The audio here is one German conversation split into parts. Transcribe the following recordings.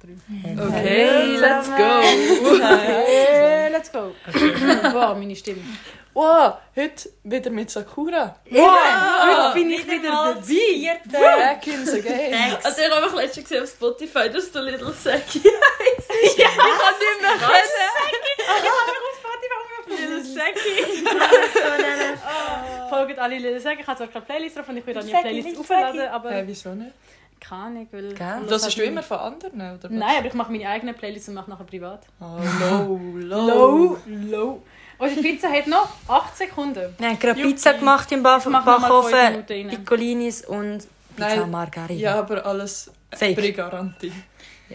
truc. Okay, let's go. Hey, let's go. Wow, meine Stimme. Wow, heute wieder mit Sakura. Wow, heute bin ich wieder dabei. Vierte. Back in the game. Thanks. Also ich habe mich letztens gesehen auf Spotify, dass der Little Saggy heisst. Ich kann nicht mehr können. Little Saggy. Folgt alle Lieder sagen. Ich habe zwar keine Playlist drauf und ich will dann Ich eine sag, Playlist ich aufladen, sag. aber Hey, wieso nicht? keine Ahnung, weil... Gell? Das hast du immer von anderen, oder was? Nein, aber ich mache meine eigene Playlist und mache nachher privat. Oh, low, low. Low, low. Unsere Pizza hat noch 8 Sekunden. Wir haben gerade Pizza gemacht im Bach- Ich mache noch mal fünf Backofen. Minuten rein. Piccolinis und Pizza Nein. Ja, Margarita. aber alles Fake. Pre-Garantie.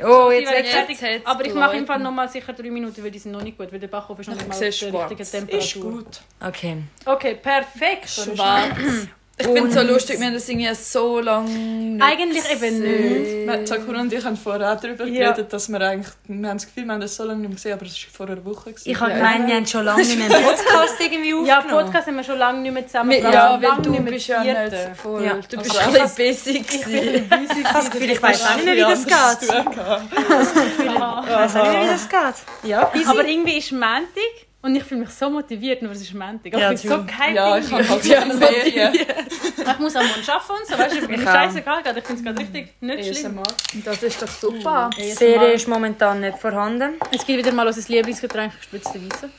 Oh, jetzt Die werden weg. Jetzt hat's Aber ich mache im geläutet. Fall nochmal sicher 3 Minuten, weil die sind noch nicht gut, weil der Backofen ist noch nicht mal auf der Siehst du, richtigen schwarz. Temperatur. Ist gut. Okay. Okay, perfekt. Schwarz. Ich finde es so lustig, wir haben das irgendwie so lange nicht Eigentlich eben nicht. Wir- Sakura und ich haben vorher auch darüber Ja. geredet, dass wir eigentlich... Wir haben das Gefühl, wir haben das so lange nicht mehr gesehen, aber es war vor einer Woche. gewesen. Ich habe gemeint, wir haben schon lange nicht mehr einen Podcast irgendwie Ja, aufgenommen. Podcast haben wir schon lange nicht mehr zusammen Ja, gemacht. ja weil Lange du nicht mehr bist ja vierte. nicht voll. Ja. Du bist Also alle busy gewesen. Ich habe das Gefühl, ich weiß auch nicht mehr, wie das geht. Ich weiß auch nicht mehr, wie das geht. Ja, Aber busy. irgendwie ist Montag und ich fühle mich so motiviert, nur es ist Montag. Aber Ja, ich bin so true. gehypt. Ja, ich irgendwie. habe halt gerne Ferien. ich muss am Morgen arbeiten und so, weißt du, mir ist Ja. scheißegal, gerade, ich finde es gerade richtig nicht schlimm. ASMR. Das ist doch super. Die Serie ist momentan nicht vorhanden. Es gibt wieder mal unser Lieblingsgetränk, gespritzte Weisse.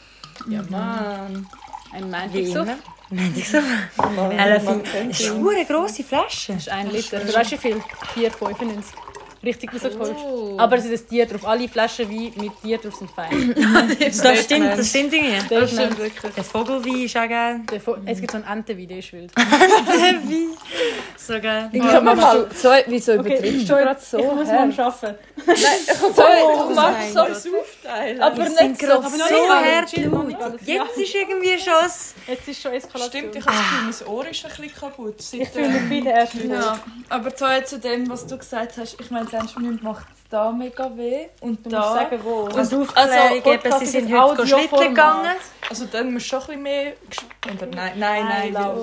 Ja, Mann. Ein Montag Wie so. immer. Meint ich so. Elephant. Das ist eine grosse Flasche. Das ist ein Liter. Du weißt wie viel? 4,95. Richtig rausgeholt. Aber es ist ein Tier drauf. Alle Flaschen Wein mit Tier drauf sind fein. Das stimmt, das stimmt irgendwie. Das stimmt wirklich. Der Vogelwein ist auch geil. Es gibt so einen Entenwein, der ist wild. So geil. Ich kann mal so, wieso übertriebst du gerade so? Ich muss morgen arbeiten. Du machst so ein Aufteilen. Aber Wir sind nicht so. gerade aber so noch nicht alle. hart. Chill, noch nicht alles. Jetzt ist irgendwie schon das- Jetzt ist schon Eskalation. Stimmt, ich habe das Gefühl, mein Ohr ist ein bisschen kaputt. Seit, äh, Ich fühle mich wie der erste Mal. Ja, aber so jetzt zu dem, was du gesagt hast, ich meine, das Instrument macht da mega weh und Du musst da. sagen, wo. als Aufklärung. Podcast eben, Sie ist sind ein heute Audioformat. schlitteln gegangen. Also dann musst du schon ein bisschen mehr... gesch- Oder nein, nein, nein. Nein,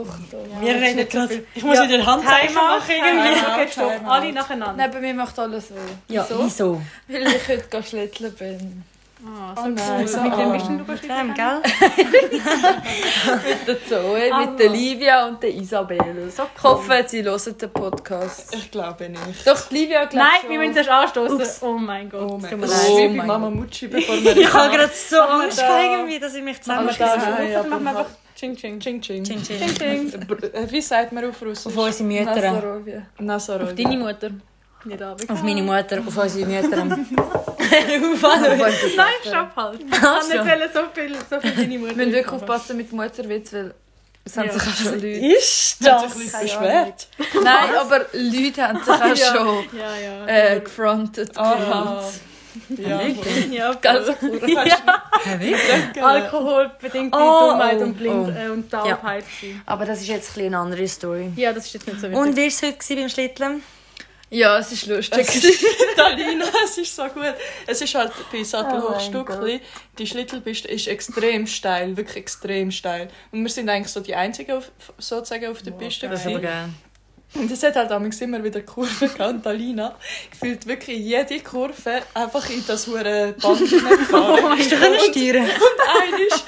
Wir reden gerade. Ich muss wieder Handzeichen Timeout. irgendwie. Okay, stopp. Timeout. Alle nacheinander. Neben mir macht alles weh. Ja, wieso? Weil ich heute schlitteln bin. Ah, Oh nein, so so cool. Mit wem arm. bist denn du geschieden? Dem, gell? Der Zoe, Aber- mit der Livia und der Isabel. Ich hoffe, sie hören den Podcast. Ich glaube nicht. Doch, die Livia glaubt Nein, schon. wir müssen erst anstoßen. Oh mein Gott. Oh mein tut Gott. mir Das leid. ist wie Oh bei mein Mama Mutschi, bevor wir... Ich habe gerade so Angst da- irgendwie, dass ich mich Aber da zusammenschließe. Nein, ist aber dann machen wir einfach Ching Ching. Ching, ching. Ching, ching. Ching Ching. Br- äh, Wie sagt man auf Russisch? Auf unsere Mütter. Nasarovia. Nasarov. Deine Mutter. Nicht Ah. abends. Auf meine Mutter, auf unsere Mütter. auf Also, alle. Nein, stopp halt. Ich kann nicht wollen, so viel, so viel deine Mutter. Wir müssen wirklich aufpassen mit Mutterwitz, weil es haben Ja. sich auch schon Leute... Ist Hat sich das? ein bisschen beschwert. Nein, aber Leute haben sich auch Ja. schon Ja, ja. äh, gefrontet. Ah. Ja. ja, Ganz voll. Ja, wirklich? Alkoholbedingte Oh, Dummheit oh, und Blind oh. Äh, und Taubheit. Ja. Aber das ist jetzt ein bisschen eine andere Story. ja, das ist jetzt nicht so wichtig. Und wie war es heute beim Schlitteln? Ja, es ist lustig. Talina, es ist so gut. Es ist halt bei Oh Sattelhochstückli, die Schlittelpiste ist extrem steil, wirklich extrem steil. Und wir sind eigentlich so die Einzigen auf, sozusagen auf der Piste. Das ist aber gewesen. geil. Und es hat halt damals immer wieder Kurven gehabt. Und Talina gefühlt wirklich jede Kurve einfach in das hure Band hineingefahren. Hast du können steuern?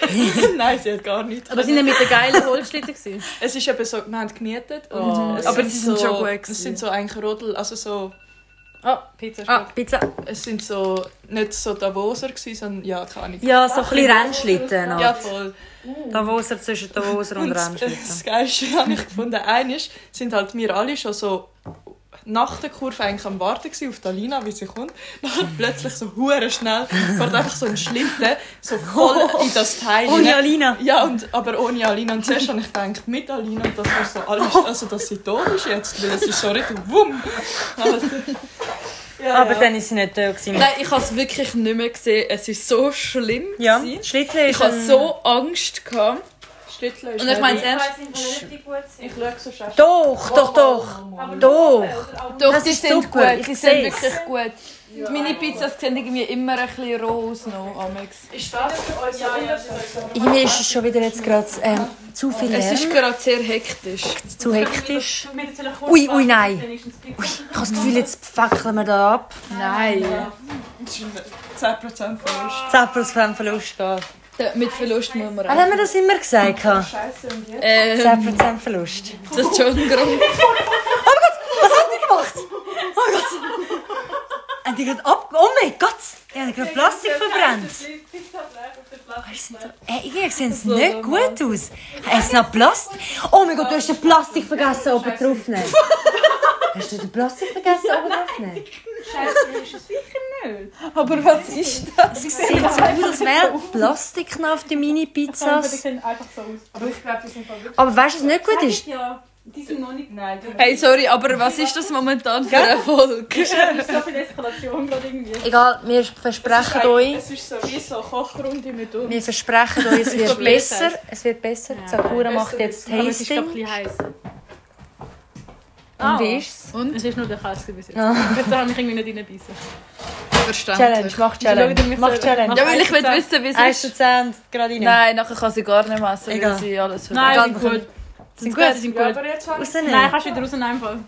Einmal- Nein, sie hat gar nicht. aber sind wir mit der geilen Holzschlitten gewesen? Es ist eben so, wir haben gemietet. Und Oh, es ja. Aber die sind so, schon gut gewesen. Es sind so eigentlich Rodel, also so, Oh, Pizza ist Ah, gut. Pizza. es sind so, nicht so Davoser gewesen, sondern, ja, keine Ahnung. Ja, so ein bisschen Rennschlitten. Ja, halt. voll. Davoser zwischen Davoser und Und das, äh, das Rennschlitten. Geilste habe ich gefunden. Einmal sind halt wir alle schon so nach der Kurve eigentlich am Warten gewesen auf Dalina, wie sie kommt. Dann plötzlich so hure schnell fährt einfach so ein Schlitten so voll in das Teil. Ohne rein. Alina. Ja, und, aber ohne Alina. Und zuerst habe ich gedacht, mit Alina, dass wir so alles, also dass sie tot ist jetzt, weil es ist so richtig wumm. Also, ja, Aber ja. dann war sie nicht da. gewesen. Nein, ich habe es wirklich nicht mehr gesehen. Es ist so schlimm. Ja, gewesen. Schlitteln Ich ist hatte ein... so Angst. Gehabt. Schlitteln ist Und ich meine es heavy. ernst. ich schaue so schnell. Doch, doch, doch. Doch. Doch, Das die ist sind super, gut. ich Die sind seh's. wirklich gut. Meine Pizzas sehen irgendwie immer ein bisschen rot noch. Amix. Ist das für euch ja, ja, Mir ist es schon wieder jetzt gerade ähm, zu viel Es Lärm, ist gerade sehr hektisch. zu hektisch. Wir müssen vielleicht kurz Ui, ui, warten, nein. wenigstens Pizza. Ich habe das Gefühl, jetzt fackeln wir da ab. Nein. Das ist ein 10% Verlust. 10% Verlust gehen. Da- Mit Verlust muss man Wann Ah, haben wir das immer gesagt? gehabt? Scheiße, und jetzt? Äh, 10% Verlust. das ist schon ein Grund. Was haben die gemacht? Oh Gott! Haben die gerade ab... Oh mein Gott! Die haben gerade Plastik verbrannt. Weißt du, äh, irgendwie sehen sie nicht gut aus. Es ist noch Plastik. nou Oh mein Gott, du hast den Plastik vergessen, oben drauf zu nehmen. Hast du den Plastik vergessen, oben drauf zu nehmen? Aber was ist das? Sie sieht so aus, als wäre Plastik noch auf den Mini-Pizzas. Oh, sehen einfach so aus. Ich glaube, das sind voll wirklich... Aber weißt du, was nicht gut ist? Ja, die sind noch nicht. Nein, du Hey, sorry, aber was ist das momentan für eine Folge? Das ist so viel Eskalation gerade irgendwie. Egal, wir versprechen euch, Es ist so wie so Kochrunde mit uns. wir versprechen euch, es wird Problem ist- besser. Es wird besser. Ja. Sakura macht jetzt Aber es ist doch ein Tasting. bisschen heiß. Oh. Und wie ist's? Und? Es ist nur der Kass bis jetzt. Ah. Jetzt habe ich mich irgendwie nicht reinbeissen. Challenge, Verständlich. mach Schau dir Challenge. mich Mach selber. Challenge. Ja, weil ich will wissen, wie Eins es zu ist. zehn, gerade rein. Nein, nachher kann sie gar nicht mehr essen, Egal. weil sie alles verbrennt. Nein, Ganz sind gut. Sind gut, sind Ja, gut. aber jetzt halt habe ich... Rausnehmen. Nein, kannst du wieder raus in einem Fall.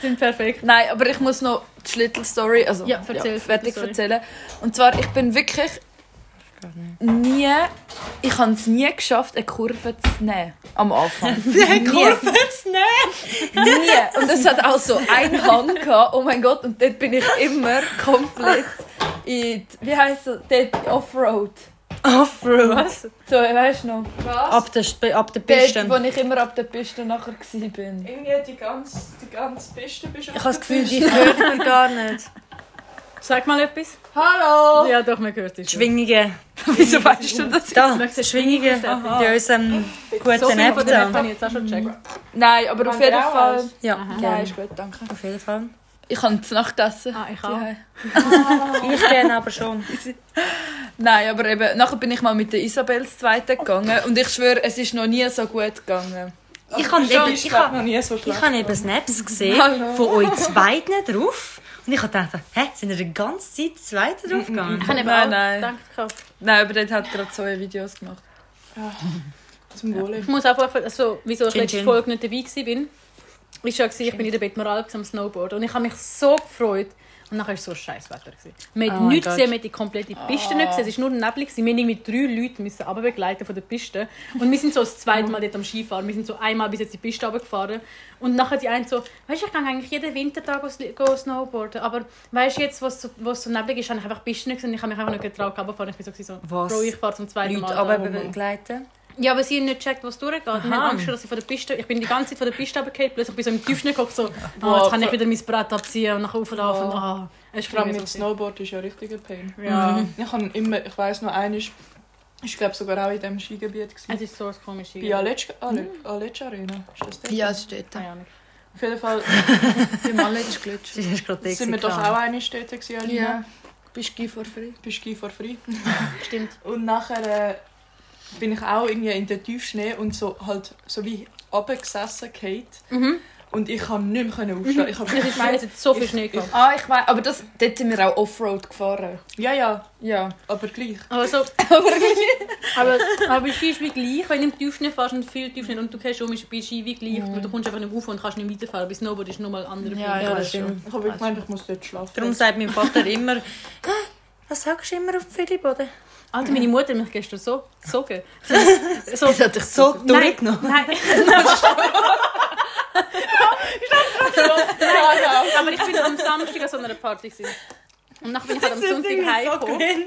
sind perfekt. Nein, aber ich muss noch die Schlittelstory, also Ja, erzähl, fertig Schlittelstory. erzählen. Und zwar, ich bin wirklich nie, ich habe es nie geschafft, eine Kurve zu nehmen am Anfang. Eine Kurve zu nehmen. Nie. Und es hat auch so einen Hang gehabt. Oh mein Gott, und dort bin ich immer komplett in, die, wie heisst das, dort Offroad. Offroad. So, weißt du noch? Ab der, Sp- ab der Dort, wo Piste. ich immer ab der Piste nachher war. Irgendwie die ganze, die ganze Piste bist du Ich habe das Gefühl, die hört man gar nicht. Sag mal etwas. Oh. Hallo! Ja, doch, man hört es. schon. Schwingige. Wieso weißt du das? Da, Möchtest du Schwingige. Aha. In unserem So guten viel von den App App. habe ich jetzt auch schon gecheckt. Nein, aber auf Haben jeden wir auch Fall. eins? Ja, Nein, gerne. ist gut, danke. Auf jeden Fall. Ich habe zu Nacht gegessen. Ah, ich auch. Ja. Ich gerne aber schon. Nein, aber eben, nachher bin ich mal mit der Isabel das zweite gegangen und ich schwöre, es ist noch nie so gut gegangen. Ich kann Schon, eben, ich ich glaube kann, noch nie so schlecht. ich habe eben Snaps gesehen von euch zweiten drauf. Und ich habe gedacht, hä, sind ihr die ganze Zeit zweiten drauf gegangen? Ich habe eben Nein, auch nein. Danke gekauft. Nein, aber dort hat gerade zwei Videos gemacht. Zum Wohle. Ich muss einfach, also, wieso ich Chin, letzte chin. Folge nicht dabei war, ist ja, gewesen, ich bin in der Bettmoral am Snowboard und ich habe mich so gefreut. Und nachher war es so ein scheiß Wetter. gewesen. Wir Oh haben mein nichts Gott. gesehen, wir haben die komplette Piste nicht gesehen. Es war nur Nebel. gewesen. Wir mussten irgendwie drei Leute müssen runterbegleiten von der Piste. Und wir sind so das zweite Mal dort am Skifahren. Wir sind so einmal bis jetzt die Piste runtergefahren. Und nachher die eine so, weißt du, ich gehe eigentlich jeden Wintertag go sli- go snowboarden. Aber weißt du, jetzt, wo es so, wo es so neblig ist, habe ich einfach die Piste nicht gesehen. Ich habe mich einfach nicht getraut, runterzufahren. Ich bin so, gewesen, so Was? Bro, ich fahre zum zweiten Mal. Leute da aber runter. begleiten. Ja, aber sie haben nicht gecheckt, was durchgeht. Wir haben Angst, dass sie von der Piste... Ich bin die ganze Zeit von der Piste runtergefallen. Plötzlich bin ich so im Tiefschnee gekommen, so... Ah, jetzt kann ich wieder mein Brett abziehen und nach oben laufen. und, Ah, es ist Vor allem gerade mit dem Snowboard ist ja richtiger Pain. Ja. Ich habe immer, ich weiss noch einmal, ich glaube sogar auch in diesem Skigebiet Es gewesen. ist so ein komisches Bei Aletsch Ale- Aletsch Arena, ist das dort? Ja, es steht Keine Ahnung. Auf jeden Fall Im Alle ist glitsch. Das ist gerade sind wir doch auch einmal dort gewesen, Alina. Ja. Bist du vor frei? Bei Ski for Free. Stimmt. Und nachher äh, bin ich auch irgendwie in den Tiefschnee und so halt so wie runtergesessen, Kate. Mhm. Und ich kann nicht mehr aufstehen. Ich hab- Es ist meistens jetzt so viel Schnee gehabt. Ah, ich meine, aber das, dort sind wir auch Offroad gefahren. Ja, ja, Ja. aber gleich. Aber so... aber, aber Ski ist wie gleich. Wenn du im Tiefschnee fährst und viel Tiefschnee und du gehst um, ist bei Ski wie gleich. Weil du kommst einfach nicht rauf und kannst nicht weiterfahren. Bei Snowboard ist nochmal ein anderer Mhm. Ja, Film. ja. das Ich stimmt. Also, habe gemeint, ich muss dort schlafen. Darum sagt mein Vater immer, «Ah, was sagst du immer auf dem Frühlingsboden? Alter, Also meine Mutter hat mich gestern so gesogen. So, Das hat dich So nein, durchgenommen. nein. ja, ja. Aber ich bin am Samstag an so einer Party. Gewesen. Und dann bin ich halt am Sonntag heimgekommen.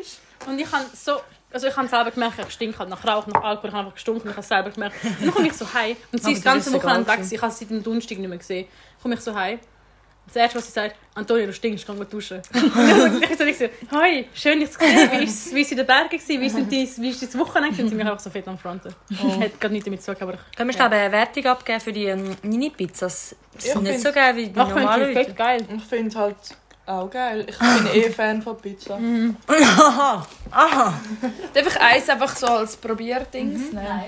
und ich habe so... Also ich habe selber gemerkt, ich stinke halt nach Rauch, nach Alkohol, ich habe einfach gestunken, ich habe selber gemerkt. Und dann komme ich so heim und sie Aber ist das dir ganze ist egal Wochenende weg, gewesen. gewesen. ich habe sie seit dem Donnerstag nicht mehr gesehen. Komme ich so heim. Das erste, was sie sagt, Antonio, du stinkst, geh mal duschen. Und ich so, ich so, hoi, schön, dich zu sehen, wie ist wie ist in den Bergen gewesen, wie, sind dein, wie ist dein Wochenende gewesen? Und sie mich einfach so fett am Fronten. Hat gerade nichts damit zu tun, aber ich... Können wir glaube ich, eine Wertung abgeben für die ähm, Mini-Pizzas? Die Ich sind nicht find's- so geil wie die Ach, ich finde normalen es fett Leute. geil. Ich finde halt auch geil. Ich bin eh Fan von Pizza. Mhm. Aha, aha. Darf ich eins einfach so als Probierdings nehmen?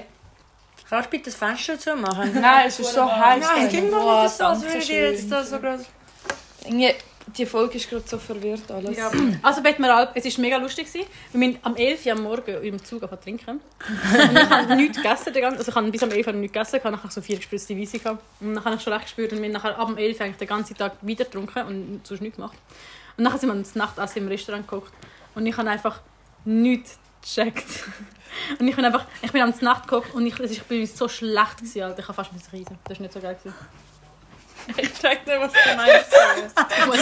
Kannst du bitte das Fenster zu machen? Nein, es ist so heiß. Nein, da drin. klingt doch nicht so, als danke würde ich schön. jetzt da so groß... Irgendwie, Die Folge ist gerade so verwirrt alles. Ja. Also Bettmeralp, es war mega lustig. gewesen. Wir sind am 11 Uhr am Morgen im Zug angefangen zu trinken. Und ich habe nichts gegessen. den ganzen- Also ich habe bis am 11 Uhr nichts gegessen. Ich habe nachher so vier gespritzte Weisse. um gehabt. Und dann habe ich schon recht gespürt. Und wir haben nachher ab dem 11 Uhr eigentlich den ganzen Tag wieder getrunken und sonst nichts gemacht. Und nachher sind wir das Nachtessen im Restaurant gekocht. Und ich habe einfach nichts gecheckt. Und ich bin einfach, ich bin am Nacht gekocht und ich, es ist- ich bin so schlecht gewesen, Alter. Ich habe fast müssen reisen. Das war nicht so geil. Gewesen. Ich check nicht, was du meinst. Ich muss-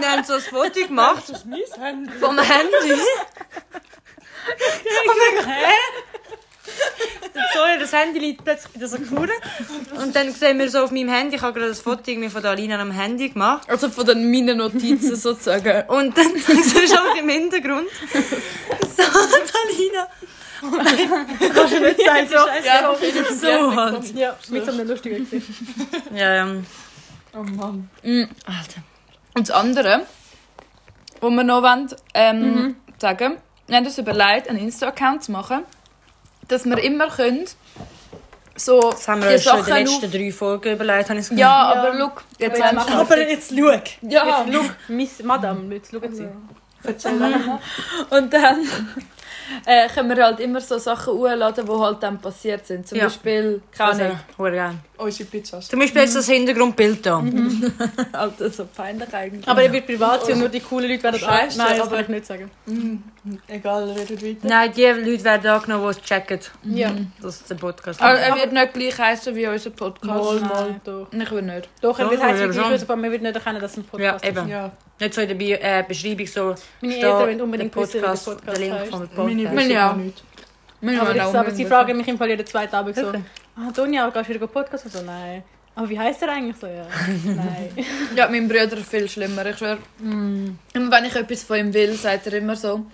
Wir haben so ein Foto gemacht Das ist mein Handy. vom Handy. Oh mein Gott, hä? Der Zoe, das Handy liegt plötzlich bei dieser Kuren. Und dann sehen wir so auf meinem Handy, ich habe gerade ein Foto irgendwie von der Alina am Handy gemacht. Also von den meinen Notizen sozusagen. Und dann siehst du auch im Hintergrund so die Alina. Kannst du nicht sagen, so. Ja, So halt. ja, mit so einem lustigen Gesicht. Ja, ähm, Oh Mann. Alter. Mm. Und das andere, was wir noch wollen, ähm, sagen, wir haben uns überlegt, einen Insta-Account zu machen, dass wir immer können, so Das haben wir die uns schon in den Sachen letzten auf- drei Folgen überlegt, habe ich es Ja, aber look, jetzt Aber jetzt haben machen wir... wir- jetzt schau. Ja, Jetzt, look, Miss Madame, jetzt schauen Sie. Mhm. und dann äh, können wir halt immer so Sachen hochladen, die halt dann passiert sind. Zum Ja. Beispiel, keine Also, Ahnung, hure geil. Unsere Pizzas. Zum Beispiel jetzt das Hintergrundbild da. Alter, halt so peinlich eigentlich. Aber ihr wird privat sein und nur die coolen Leute werden Scheiße, Nein, das aber- kann ich nicht sagen. Egal, wer du weiter. Nein, die Leute werden angenommen, die es checken. Ja. Das ist der Podcast. Mhm. Ah, äh, Aber er wird nicht gleich heißen wie unser Podcast. Mal, mal, doch. Ich will nicht. Doch, er Doch, wird heiß aber wie schon. Grüße, aber man wird nicht erkennen, dass es ein ja, Podcast ist. eben. Ja. Nicht so in der Bio, äh, Beschreibung so. Meine steht, Eltern wollen unbedingt der wissen, wie der Podcast, Podcast der Link heisst. vom Meine Podcast. wissen Ja. ja. nicht. Aber, ich, aber sie fragen mich im Fall jeden zweiten Abend so, Okay. ah, Donja, gehst du wieder Podcast? Und so, nein. Aber wie heisst er eigentlich so? Ja, nein. Ja, mein Bruder ist viel schlimmer, ich schwöre. Mm. Immer wenn ich etwas von ihm will, sagt er immer so,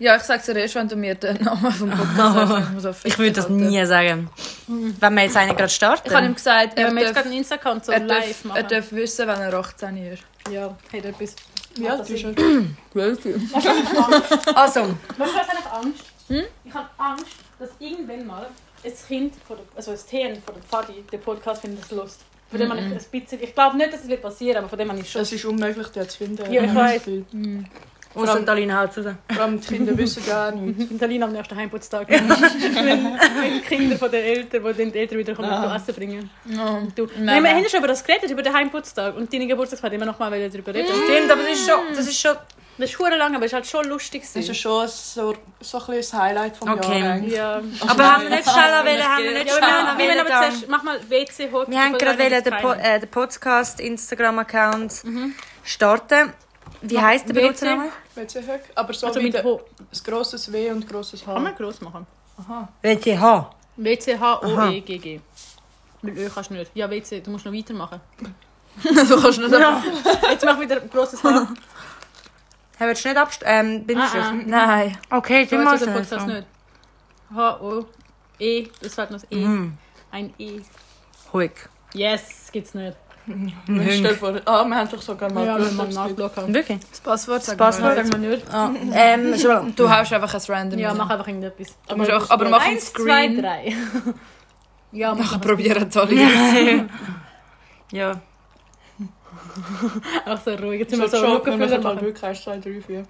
ja, ich sag's dir erst, wenn du mir den Namen vom Podcast sagst. Ich muss auf Ich würde das Alter. nie sagen. Wenn wir jetzt einen gerade starten. Ich habe ihm gesagt, Wenn er wir jetzt gerade darf, einen Insta-Account so er, live darf, er machen. darf wissen, wenn er 18 ist. Ja, hey, du bist... Wie alt ist er? Welche? Weißt also, du, was habe ich Angst? Hm? Ich habe Angst, dass irgendwann mal ein Kind, von der, also ein Team von der Pfadi, den Podcast findet das lust. Von dem habe Mhm. ich ein bisschen... Ich glaube nicht, dass es wird passieren, aber von dem habe ich schon... Es ist unmöglich, den zu finden. Ja, ich weiss. Viel. außer die Alina haut raus. Vor allem die Kinder wissen gar nichts. In Berlin am nächsten Heimputztag. wenn, wenn die Kinder von den Eltern, die dann die Eltern wieder kommen, Ah. zu essen bringen. No. Du, Nein, nein, wir nein. haben schon über das geredet, über den Heimputztag. Und deine Geburtstagsfeier immer noch mal darüber reden. Stimmt, aber das ist schon. Das ist schon Das ist verdammt lang, aber es war halt schon lustig. Das gewesen. ist schon so, so ein bisschen ein Highlight vom Okay. Jahr eigentlich. ja. aber haben wir nicht schneller wollen, haben wir nicht Ja, aber wir, haben, wir haben schneller wollen. aber dann- zuerst, mach mal WC hoch. Wir haben bevor gerade wir wollen den, das po teilen. Mhm. äh, den Podcast, Instagram-Account starten. Wie heisst der WC? Benutzername? Willst du hören? Aber so Also wie mit der, H. ein grosses W und ein grosses Kann man H. gross machen. Aha. WTH. W-C-H-O-E-G-G. E Mit Ö kannst du nicht. Ja, WC, du musst noch weitermachen. Du kannst nicht ja. Jetzt mach wieder ein grosses Haar. Haben wir jetzt nicht abst... Ähm, bin Ah, ah. Nein. Okay, Du dann weißt machst den du Podcast das. nicht. H-O-E. Das fällt noch das E. Mhm. Ein E. Ruhig. Yes, gibt's nicht. Mhm. Stell dir vor, ah, wir haben doch sogar mal Ja, wenn Brüder man gespielt. nachblocken haben. Wirklich? Das Passwort sagen Das wir. Passwort. Sagen wir nicht. Ah. Ähm, so, Du haust einfach ein Random. Ja, rein. mach einfach irgendetwas. Du musst auch, aber mach einen Eins, zwei, Screen. drei. Ja, mach Nachher einfach. probieren es alle. ja. Ach so, ruhig. Jetzt sind wir Ich muss so schon, wenn wir Rückenfüller so mal machen. Glück hast, zwei, drei, vier.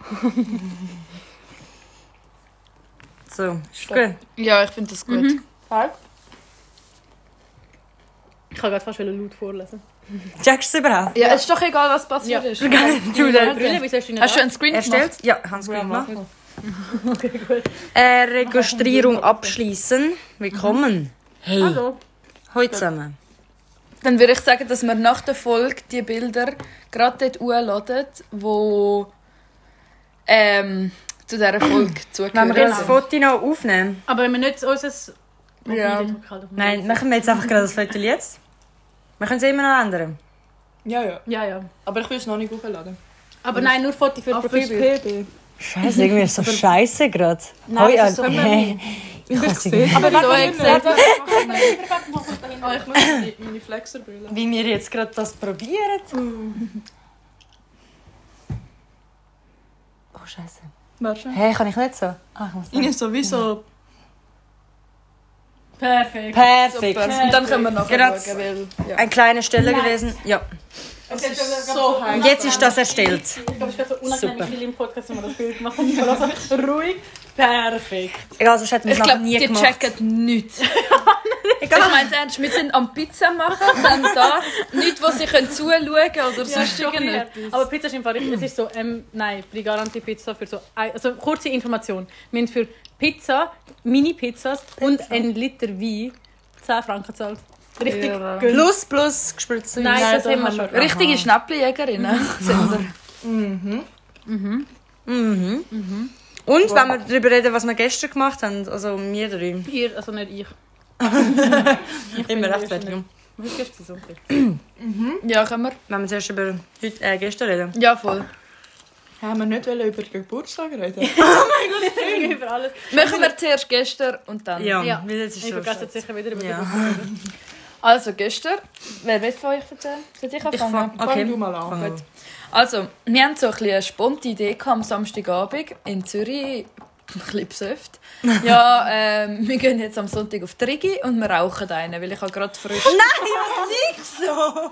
So, ist gut. Ja, ich finde das gut. Halb? Ich kann gerade fast laut vorlesen. Checkst du es überhaupt? Ja, es ist doch egal, was passiert Ja. ist. Du, der- Brille, wie sollst du ihn Hast du einen Screen gemacht? Erstellt? Ja, Hans Ja, Grün mach. machen. Äh, Registrierung abschließen. Willkommen. Hey. Hallo. Mhm. Hallo zusammen. Dann würde ich sagen, dass wir nach der Folge die Bilder gerade dort hochladen, wo ähm, zu dieser Folge Wenn wir zugehören. das Foto noch aufnehmen? Aber wenn wir nicht unser... Ja. Nein, machen wir jetzt einfach gerade das Foto jetzt. Wir können es immer noch ändern. Ja, ja. Ja, ja. Aber ich will es noch nicht aufladen. Ah, Aber nein, nur Foto für Profilbild. PB. Scheiße, irgendwie ist so scheiße gerade. Nein, das ist so gemein. Ich habe Aber So exakt. Oh, ich muss meine Flexerbrille. Wie wir jetzt gerade das probieren. Oh, Scheiße. Wahrscheinlich. Hey, kann ich nicht so? Ah, ich muss Irgendwie sowieso. Perfekt. Perfekt. Und dann können wir nachher Gerade- schauen, weil, ja. Ein kleiner Steller gewesen. Ja. Es ist so heiß. Und jetzt ist das erstellt. Ich glaube, ich bin so unangenehm Super. still im Podcast, wenn wir das Bild machen. Ich war so ruhig. Perfekt. Egal, sonst hätten wir Ich es noch glaube, nie die gemacht. checken nichts. Ich meine ernst, wir sind am Pizza machen, dann da nichts, wo sie können zuschauen oder sonst irgendetwas. Aber Pizza ist im Fall richtig. Es ist so, ähm, nein, Brigaranti Pizza für so. ein- Also kurze Information. Wir haben für Pizza, Mini-Pizzas und einen Liter Wein 10 Franken gezahlt. Richtig. Ja. gönn. Plus, plus, gespritzt. Nein, das haben wir schon. Richtige Schnäppeljägerinnen sind wir. Mhm. Und wenn wir darüber reden, was wir gestern gemacht haben, also wir drei. Ihr, also nicht ich. ich bin Immer nicht rechtfertigen. Was ist gestern Sonntag? äh? Ja, können wir. Wenn wir zuerst über heute, äh, gestern reden. Ja, voll. Haben wir nicht wollen über den Geburtstag reden? Wir reden über alles. Machen wir zuerst gestern und dann. Ja, Ja. weil jetzt ist Ich schon vergesse jetzt sicher wieder über Ja. das. Also gestern, wer will von euch erzählen? Soll ich Ich anfangen? fang, Fang okay. du mal an. Fang an. Also, wir haben so ein bisschen eine spontane Idee gehabt, am Samstagabend in Zürich. Ein bisschen besöfft. Ja, ähm, wir gehen jetzt am Sonntag auf die Rigi und wir rauchen einen, weil ich habe gerade frisch... So! oh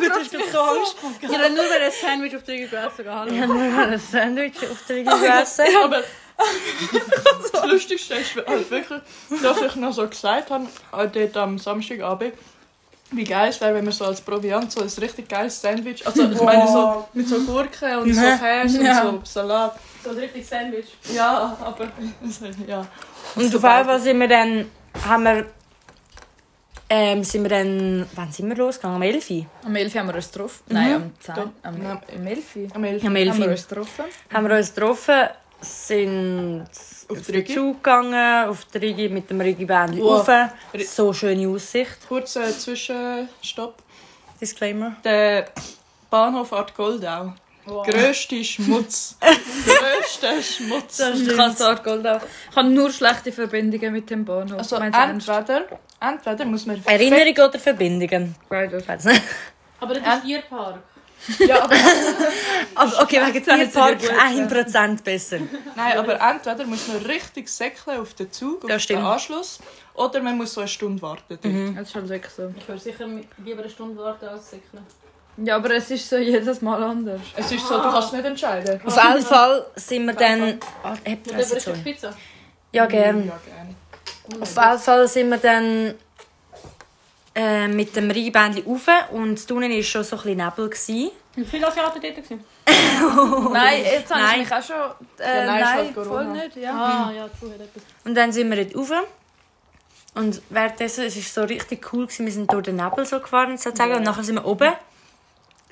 Gott, hast du so Angst? Ich habe nur ein Sandwich auf die Gläser gehalten. Ich habe nur ein Sandwich auf der Linie gegessen. Aber das Lustigste ist halt wirklich, dass ich noch so gesagt habe, halt dort am Samstagabend, wie geil es wäre, wenn wir so als Proviant so ein richtig geiles Sandwich, also ich meine so mit so Gurken und so Mhm. Käse Ja. und so Salat. So ein richtiges Also Sandwich. Ja, aber halt- ja. Und auf jeden Fall sind wir dann, haben wir, ähm, sind wir dann, wann sind wir losgegangen? Am 11 Uhr? Am 11 haben wir uns getroffen. Nein, am 10. Mhm. Doch. Am, Nein. am 11 haben Am 11. Am 11 wir Uhr uns getroffen. haben wir uns getroffen, sind Auf auf die den Rigi. Zug gegangen, auf die Rigi mit dem Rigi-Bändchen Wow. rauf. So schöne Aussicht. Kurzer Zwischenstopp. Disclaimer. Der Bahnhof Art Goldau. Grösster Schmutz. Grösster Schmutz. Ich habe Sarg Goldau. Ich habe nur schlechte Verbindungen mit dem Bahnhof. Also Ich meine es ernst. entweder, entweder muss man Erinnerung oder Verbindungen? Beides. Weiß nicht. Aber das ist Ihr Park. Aber Also, okay, wegen Das dir ist Park gut, 1% besser. Nein, aber entweder muss man richtig säckeln auf den Zug, auf Ja, den stimmt. Anschluss, oder man muss so eine Stunde warten. dort. Das ist schon wirklich so. Ich würde sicher mit- lieber eine Stunde warten als sicher. Ja, aber es ist so jedes Mal anders. Es ist so, du kannst nicht entscheiden. Auf jeden Fall sind wir dann... Oh, hab die Oder über Fresse, eine sorry. Stück Pizza. Ja, gern. Ja, gerne. Auf jeden Fall sind wir dann äh, mit dem Rheinbändchen rauf und das Tunnel war schon so ein bisschen Nebel. Gewesen. Wie viele Asiaten dort? Gewesen? Nein, jetzt habe ich Nein. mich auch schon. Äh, Oh, Ja, nein, nein, ist halt voll Corona. nicht. Ja. Ah, ja, zu hat etwas. Und dann sind wir dort rauf. Und währenddessen es ist so richtig cool, gewesen. wir sind durch den Nebel so gefahren sozusagen. Und nachher sind wir oben.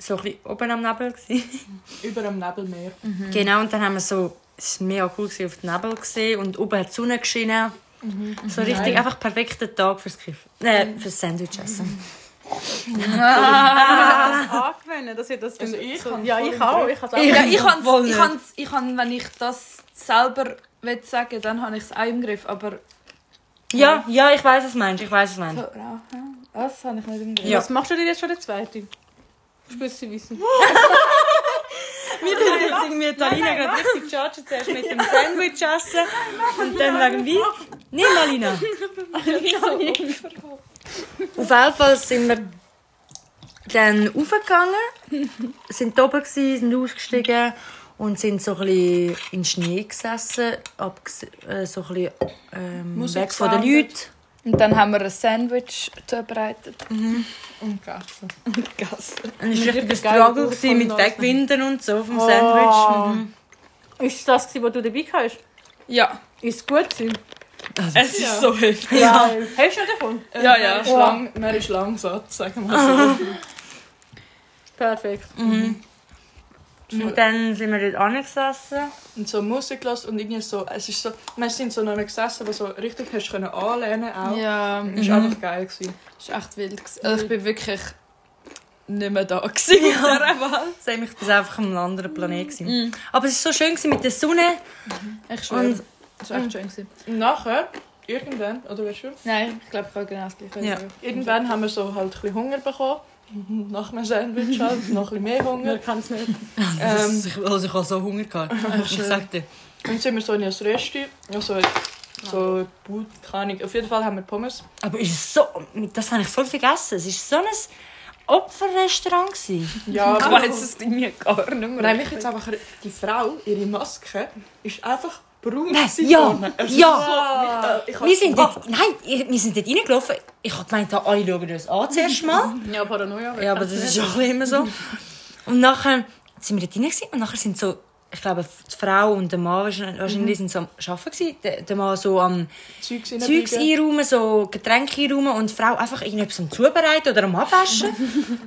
So ein bisschen oben am Nebel. gewesen. Über dem Nebelmeer. Mhm. Genau, und dann haben wir so... Es war mega cool, gewesen, auf den Nebel gesehen und oben hat die Sonne geschienen. Mhm. So richtig, einfach perfekter Tag fürs Kiff. Äh, fürs Sandwich essen. Ah, angewendet, dass ihr das Also dann ich so- kann Ja, voll ich auch. im Ich kann Ich, ja, auch. ich kann Voll ich kann's, ich kann, wenn ich das selber will sagen, dann habe ich es auch im Griff. Aber Ja, ja, ich weiß was du meinst, ich weiß was du meinst. das habe ich nicht im Griff. Ja. Was machst du dir jetzt schon der zweite? Spürst du wissen? Wir sind jetzt irgendwie Talina gerade richtig chargen. Zuerst mit dem Sandwich essen und dann wegen Wein. Nein, Alina. Auf jeden Fall sind wir dann raufgegangen, sind da oben, gewesen, sind ausgestiegen und sind so ein bisschen in den Schnee gesessen, ab, äh, so ein bisschen ähm, Musik weg von den gesendet. Leuten. Und dann haben wir ein Sandwich zubereitet. Und Gassen. Und es war richtig geil ein also. Ah. drauf Struggle gewesen mit von Wegwinden und so vom Sandwich. Mhm. Ist das, gewesen, was du dabei hast? Ja. Ist es gut gewesen? Also, Es ist so heftig. Ja. Hast du noch davon? Äh, Ja, ja. Man ist, lang, man ist lang satt, sagen wir so. Perfekt. Mhm. Mhm. Und dann sind wir dort angesessen. Und so Musik gelassen und irgendwie so, es ist so, wir sind so neben gesessen, wo so richtig hast können anlehnen auch. Ja, Es war einfach geil. Gewesen. es war echt wild. gewesen. Also ich bin wirklich nicht mehr da. gewesen. Sam, ich war einfach auf einem anderen Planet. Mhm. gewesen. Aber es war so schön gewesen mit der Sonne. Mhm. Ich schwöre, Und es war echt schön. gewesen. Und nachher, irgendwann, oder weißt du, Nein, ich glaube, ich kann genau das gleiche Ja. sagen. irgendwann haben wir so halt ein bisschen Hunger bekommen. Nach einem Sandwich halt, noch ein bisschen mehr Hunger. Man kann es nicht. Ähm, ich, also ich hatte so Hunger. Gehabt. ich sagte, Dann sind wir so in ein Resti, also so Boot, keine Ahnung. Auf jeden Fall haben wir Pommes. aber es ist so, das habe ich voll vergessen. Es war so ein Opferrestaurant. gewesen. Ja, Aber jetzt ist es mir gar nicht mehr. Nein, mich jetzt einfach die Frau, ihre Maske, ist einfach braun Nein, gewesen ja, vorne. Es ist ja. so- äh, ich hab- Wir sind Ah, dort, nein, ich- wir sind dort reingelaufen. Ich habe gemeint, da alle schauen uns an zuerst mal. Ja, Paranoia. Ja, aber das ist ja auch immer so. Und nachher sind wir dort rein gewesen und nachher sind so, ich glaube, die Frau und der Mann wahrscheinlich wahrscheinlich sind so am Arbeiten gewesen. Der, der Mann so am Zeugs Zeugs reinbiegen. einräumen, so Getränke einräumen und die Frau einfach irgendetwas am Zubereiten oder am Abwaschen.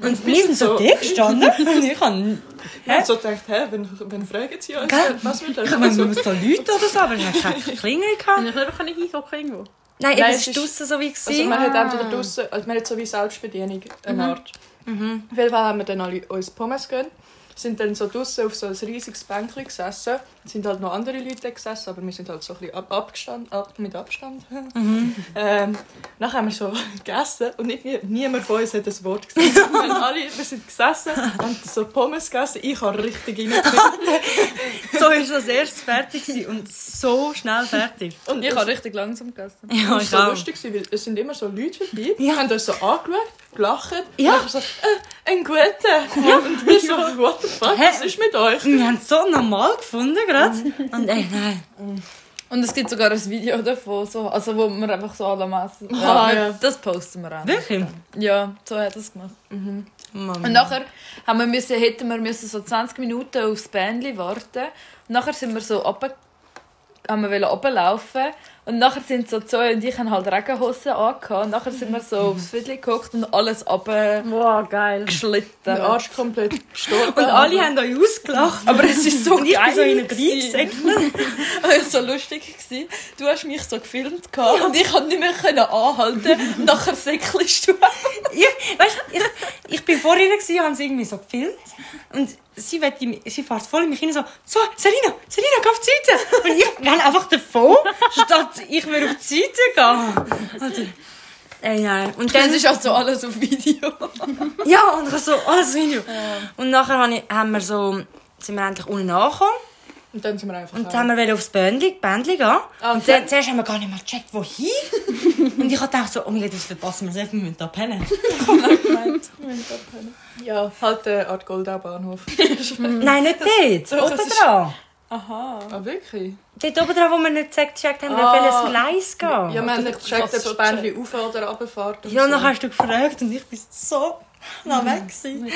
Und wir sind so so- dick gestanden und ich habe... Ich hab so gedacht, hä, wenn, wenn fragen sie uns, Gell? was will Ich das? meine, man muss da Leute oder so, aber ich habe keine Klingel gehabt. Kann ich einfach nicht einhocken irgendwo? Nein, eben, Nein, es es war ist- draussen so wie Also gewesen. man hat entweder draussen, also man hat so wie Selbstbedienung, eine Mhm. Art. Auf jeden Fall haben wir dann alle uns Pommes gegeben, sind dann so draussen auf so ein riesiges Bänkchen gesessen. Es sind halt noch andere Leute gesessen, aber wir sind halt so ein bisschen ab, abgestand, ab, mit Abstand. Mhm. Ähm, nachher haben wir so gegessen und irgendwie niemand von uns hat ein Wort gesagt. wir, haben alle, wir sind gesessen, haben so Pommes gegessen, ich habe richtig reingekriegt. So ist das erst fertig gewesen und so schnell fertig. Und Ich habe richtig langsam gegessen. Ja, Es war so lustig, gewesen, weil es sind immer so Leute vorbei, Ja. haben uns so angeschaut, gelacht, Ja. und dann so, äh, ein guter. Und wir so, what the fuck, Hä? was ist mit euch? Wir haben es so normal gefunden gerade. Und ey, Mhm. nein. Und es gibt sogar ein Video davon, so, also wo wir einfach so alle messen. Ah, ja. Das posten wir auch. Wirklich? Ja, so hat er es gemacht. Mann. Und nachher haben wir müssen, hätten wir müssen so 20 Minuten aufs Bändchen warten. Und nachher sind wir so runter, haben wir wollen runterlaufen. Und nachher sind so Zoe und ich haben halt Regenhosen angehabt. Und nachher sind wir so aufs Viertel geguckt und alles runtergeschlitten. Wow, geil. Der Arsch komplett gestorben. Und alle haben euch ausgelacht. Aber es ist so Und ich bin so in Oh, geil. einen gewesen. Brief Es war so lustig. Gewesen. Du hast mich so gefilmt gehabt und ich konnte nicht mehr können anhalten. Und nachher säckelst du. ich, weißt, du, ich, ich bin vor ihr gewesen, haben sie irgendwie so gefilmt. Und sie, wollte mi- sie fährt voll in mich rein so, so, Selina, Selina, geh auf die Seite. Und ich renne einfach davon, statt ich würde auf die Seite gehen. Also, ey, nein. Und Das dann ist auch so alles auf Video. Ja, und ich habe so alles Video. Und nachher habe ich, haben wir so, sind wir endlich unten angekommen. Und dann sind wir einfach Und dann haben wir aufs Bändli, Bändli gehen. Ah, und und dann, dann- zuerst haben wir gar nicht mal gecheckt, wohin. und ich dachte so, oh mein Gott, das verpassen wir selbst, wir müssen da pennen. Ja, halt der Art Goldau Bahnhof. Nein, nicht dort. das Oben ist- dran. ah, wirklich? Dort oben dran, wo wir nicht gecheckt gecheckt haben, auf Ah. welches Gleis gehen. Ja, wir haben nicht gecheckt, ob das Bändchen auf- oder runterfährt. und Ja, so. und dann hast du gefragt und ich bin so nah weg. gewesen.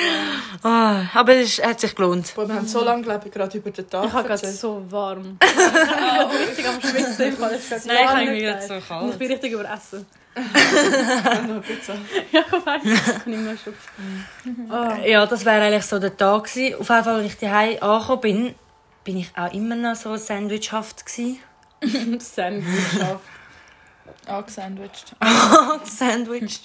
Ah, aber es ist- hat sich gelohnt. Boah, wir haben so lange, glaube ich, gerade über den Tag Ich habe gerade erzählt. so warm. ich bin Oh, richtig am Schwitzen. Ich kann das gerade gar nicht geil. Und ich bin richtig überessen. Ja, ich weiß. Ich habe immer schon. Oh. Ja, das wäre eigentlich so der Tag gewesen. Auf jeden Fall, als ich daheim angekommen bin, bin ich auch immer noch so sandwichhaft gsi. Sandwich auf. Angesandwiched. Sandwich.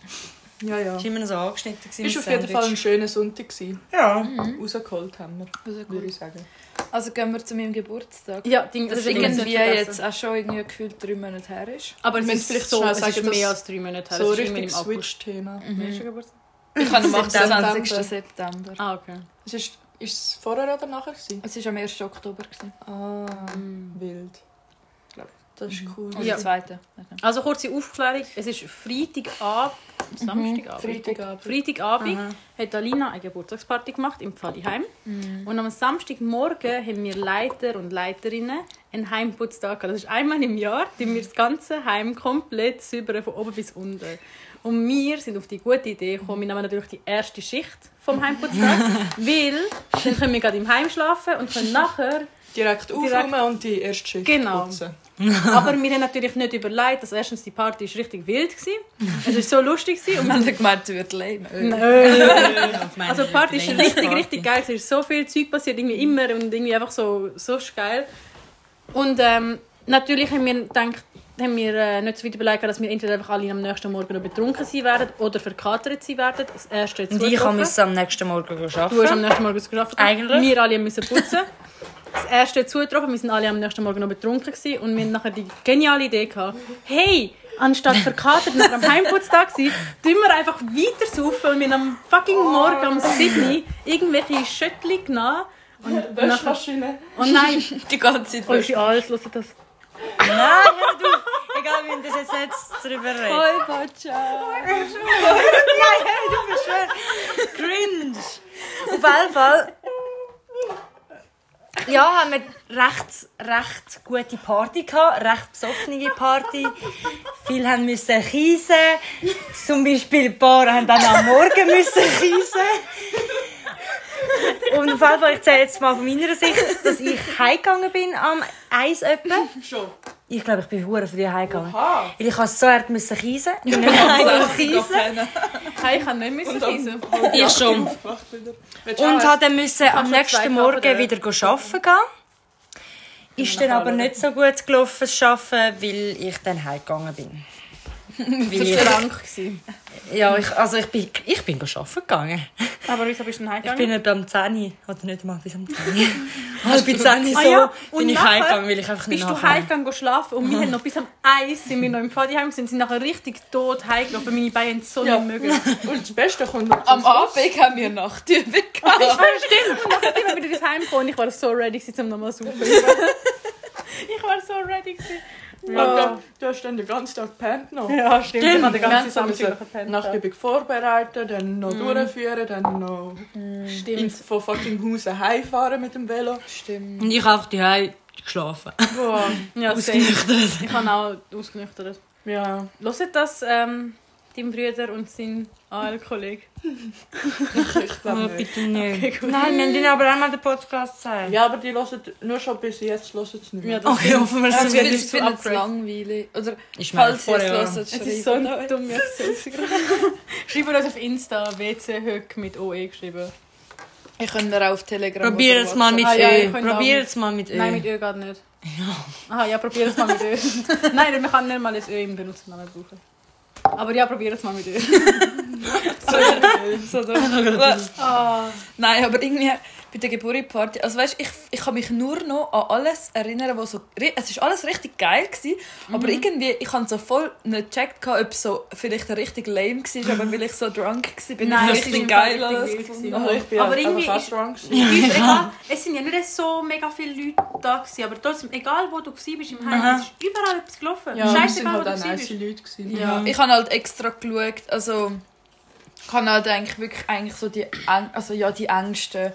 Ja, ja. Ich war immer noch so angeschnitten gsi. Ist mit auf jeden Fall ein Sandwich. schöner Sonntag gewesen. Ja. Hm? Rausgeholt haben wir, würde ich sagen. Also gehen wir zu meinem Geburtstag. Ja, Ding, Das das ist hätte ich nicht irgendwie vergessen. jetzt auch schon irgendwie gefühlt drei Monate her ist. Aber Wir es müssen ist vielleicht so, schnell es sagen, ist dass- mehr als drei Monate her. So es ist immer richtig im August. Mhm. Switch-Thema. Ich kann am 28. 20. September. Ah, okay. Es ist, ist es vorher oder nachher? Gewesen? Es war am 1. Oktober. gewesen. Ah, Mm. wild. Mhm. Das ist cool. Also Ja. ja. 2. Also kurze Aufklärung. Es ist Freitagabend, Samstagabend. Freitagabend. Freitagabend hat Alina eine Geburtstagsparty gemacht im Pfadiheim. Und am Samstagmorgen haben wir Leiter und Leiterinnen einen Heimputztag. gehabt. Das ist einmal im Jahr, die wir das ganze Heim komplett säubern, von oben bis unten. Und wir sind auf die gute Idee gekommen, wir nehmen natürlich die erste Schicht vom Heimputztag, weil dann können wir gerade im Heim schlafen und können nachher Direkt aufräumen und die erste Schicht Genau. putzen. Aber wir haben natürlich nicht überlegt, dass erstens die Party ist richtig wild war. Es war so lustig. gewesen Und Man hat gemeint, du würdest lame. Nein. Ich meine, Also die Party ist eine richtig, Party. richtig geil. Es ist so viel Zeug passiert, irgendwie immer und irgendwie einfach so, so ist geil. Und ähm, natürlich haben wir gedacht, haben wir äh, nicht so weit überlegt, dass wir entweder einfach alle am nächsten Morgen noch betrunken sein werden oder verkatert sein werden. Das erste jetzt Und ich zugetroffen. musste am nächsten Morgen arbeiten. Du hast am nächsten Morgen geschafft. Eigentlich. Wir alle mussten putzen. Das erste hat zugetroffen, wir waren alle am nächsten Morgen noch betrunken gewesen und wir hatten nachher die geniale Idee. Gehabt. Hey, anstatt verkatert nach am Heimputztag zu sein, tun wir einfach weiter saufen und wir haben am fucking Morgen am Sydney irgendwelche Schöttchen genommen. Und, nachher, Waschmaschine. oh nein, Die ganze Zeit. unsere alles hören das. Nein, hör du. Egal, wir haben das jetzt nicht drüber reden. Hoi, Bacha. Nein, hey, du bist schwer. Cringe. Auf jeden Fall. ja, haben wir recht, recht gute Party gehabt, recht besoffene Party. Viele haben müssen kiesen. Zum Beispiel ein paar haben dann am Morgen müssen kiesen. Und auf jeden Fall, ich zähle jetzt mal von meiner Sicht, dass ich heimgegangen bin am 1 etwa. Schon. Ah. Ich glaube, ich bin hure früh heimgegangen. Oha. Weil ich habe so hart müssen kiesen. Ich bin nicht heimgegangen kiesen. Hey, ich kann nicht müssen reisen. Ich schon. Und hat dann müssen am schon zwei nächsten Tage Morgen oder? wieder arbeiten gehen. Ist dann aber nicht so gut gelaufen, das Arbeiten, weil ich dann heimgegangen bin. weil Ich ich, war krank. gewesen. ja, ich, also ich bin, ich bin arbeiten gegangen. Aber wieso bist du denn Ich bin heimgegangen? nicht am 10 Uhr, oder nicht mal bis am 10 Uhr. Halb 10 Uhr so Ah ja, und bin ich nachher heimgegangen, weil ich einfach nicht Bist du nachher- heimgegangen gehen schlafen und wir haben noch bis am 1 sind wir noch im Pfadi heim sind sind nachher richtig tot heimgelaufen. Meine Beine haben so Ja. nicht mögen. Und das Beste kommt noch Ah. Am Abend haben wir Nachtübung gehabt. Stimmt, und nachher sind wir wieder ins Heim gekommen und ich war so ready, gewesen, um nochmal zu saufen. Ich war so ready. gewesen. Ja. Du hast dann den ganzen Tag gepennt noch. Ja, stimmt. Ich habe den ganzen Wir haben so Samstag noch müssen gepennt. Nachtübung vorbereiten, dann noch durchführen, dann noch in, Mhm. Stimmt. von fucking Hause heimfahren mit dem Velo. Stimmt. Und ich habe einfach daheim geschlafen. Boah. Ja, safe. Ich habe auch ausgenüchtert. Ja. Hört das ähm, dein Bruder und sein AL-Kollege? Ich Oh, glaube nicht. bitte nicht. Okay, gut. Nein, wir haben ihnen aber einmal den Podcast gesagt. Ja, aber die hören nur schon bis jetzt hören sie es nicht mehr. Ja, das Okay, hoffen Also wir Ja, es das Ich wird wird. finde nicht so upgrade. es langweilig. Oder Ich meine, falls ihr vorher- es hört, Es ist so schreibt ein dumm, wie es Schreibt uns auf Insta WC Höck mit OE geschrieben. Ich könnte mir auch auf Telegram Probier oder es mal mit Ah, ja, ihr Ö. könnt auch Probier mit- es mal mit Ö. Nein, mit Ö geht nicht. Äh. Ja. Aha, ja, probier es mal mit Ö. Nein, man kann nicht mal ein Ö im Benutzernamen brauchen. Aber ja, probier es mal mit Ö. So, so. Ah. Nein, aber irgendwie bei der Geburtstagsparty, also weißt, ich, ich kann mich nur noch an alles erinnern, was so, ri- es ist alles richtig geil gewesen, aber irgendwie, ich habe so voll nicht gecheckt, gehabt, ob es so vielleicht richtig lame war, aber weil ich so drunk war, bin Nein, es ich es ist richtig im geil Fall richtig alles wild gefunden. gewesen. Also ich bin Aber aber irgendwie irgendwie fast ist- drunk. gewesen. Übrigens, egal, es sind ja nicht so mega viele Leute da gewesen, aber trotzdem, egal wo du warst im Heim, es ist überall etwas gelaufen. Ja, wir Scheißegal, waren wo du halt auch nice warst. Leute. Gewesen. Ja. Ich habe halt extra geschaut, also ich habe halt eigentlich wirklich eigentlich so die, Äng also ja, die Ängste,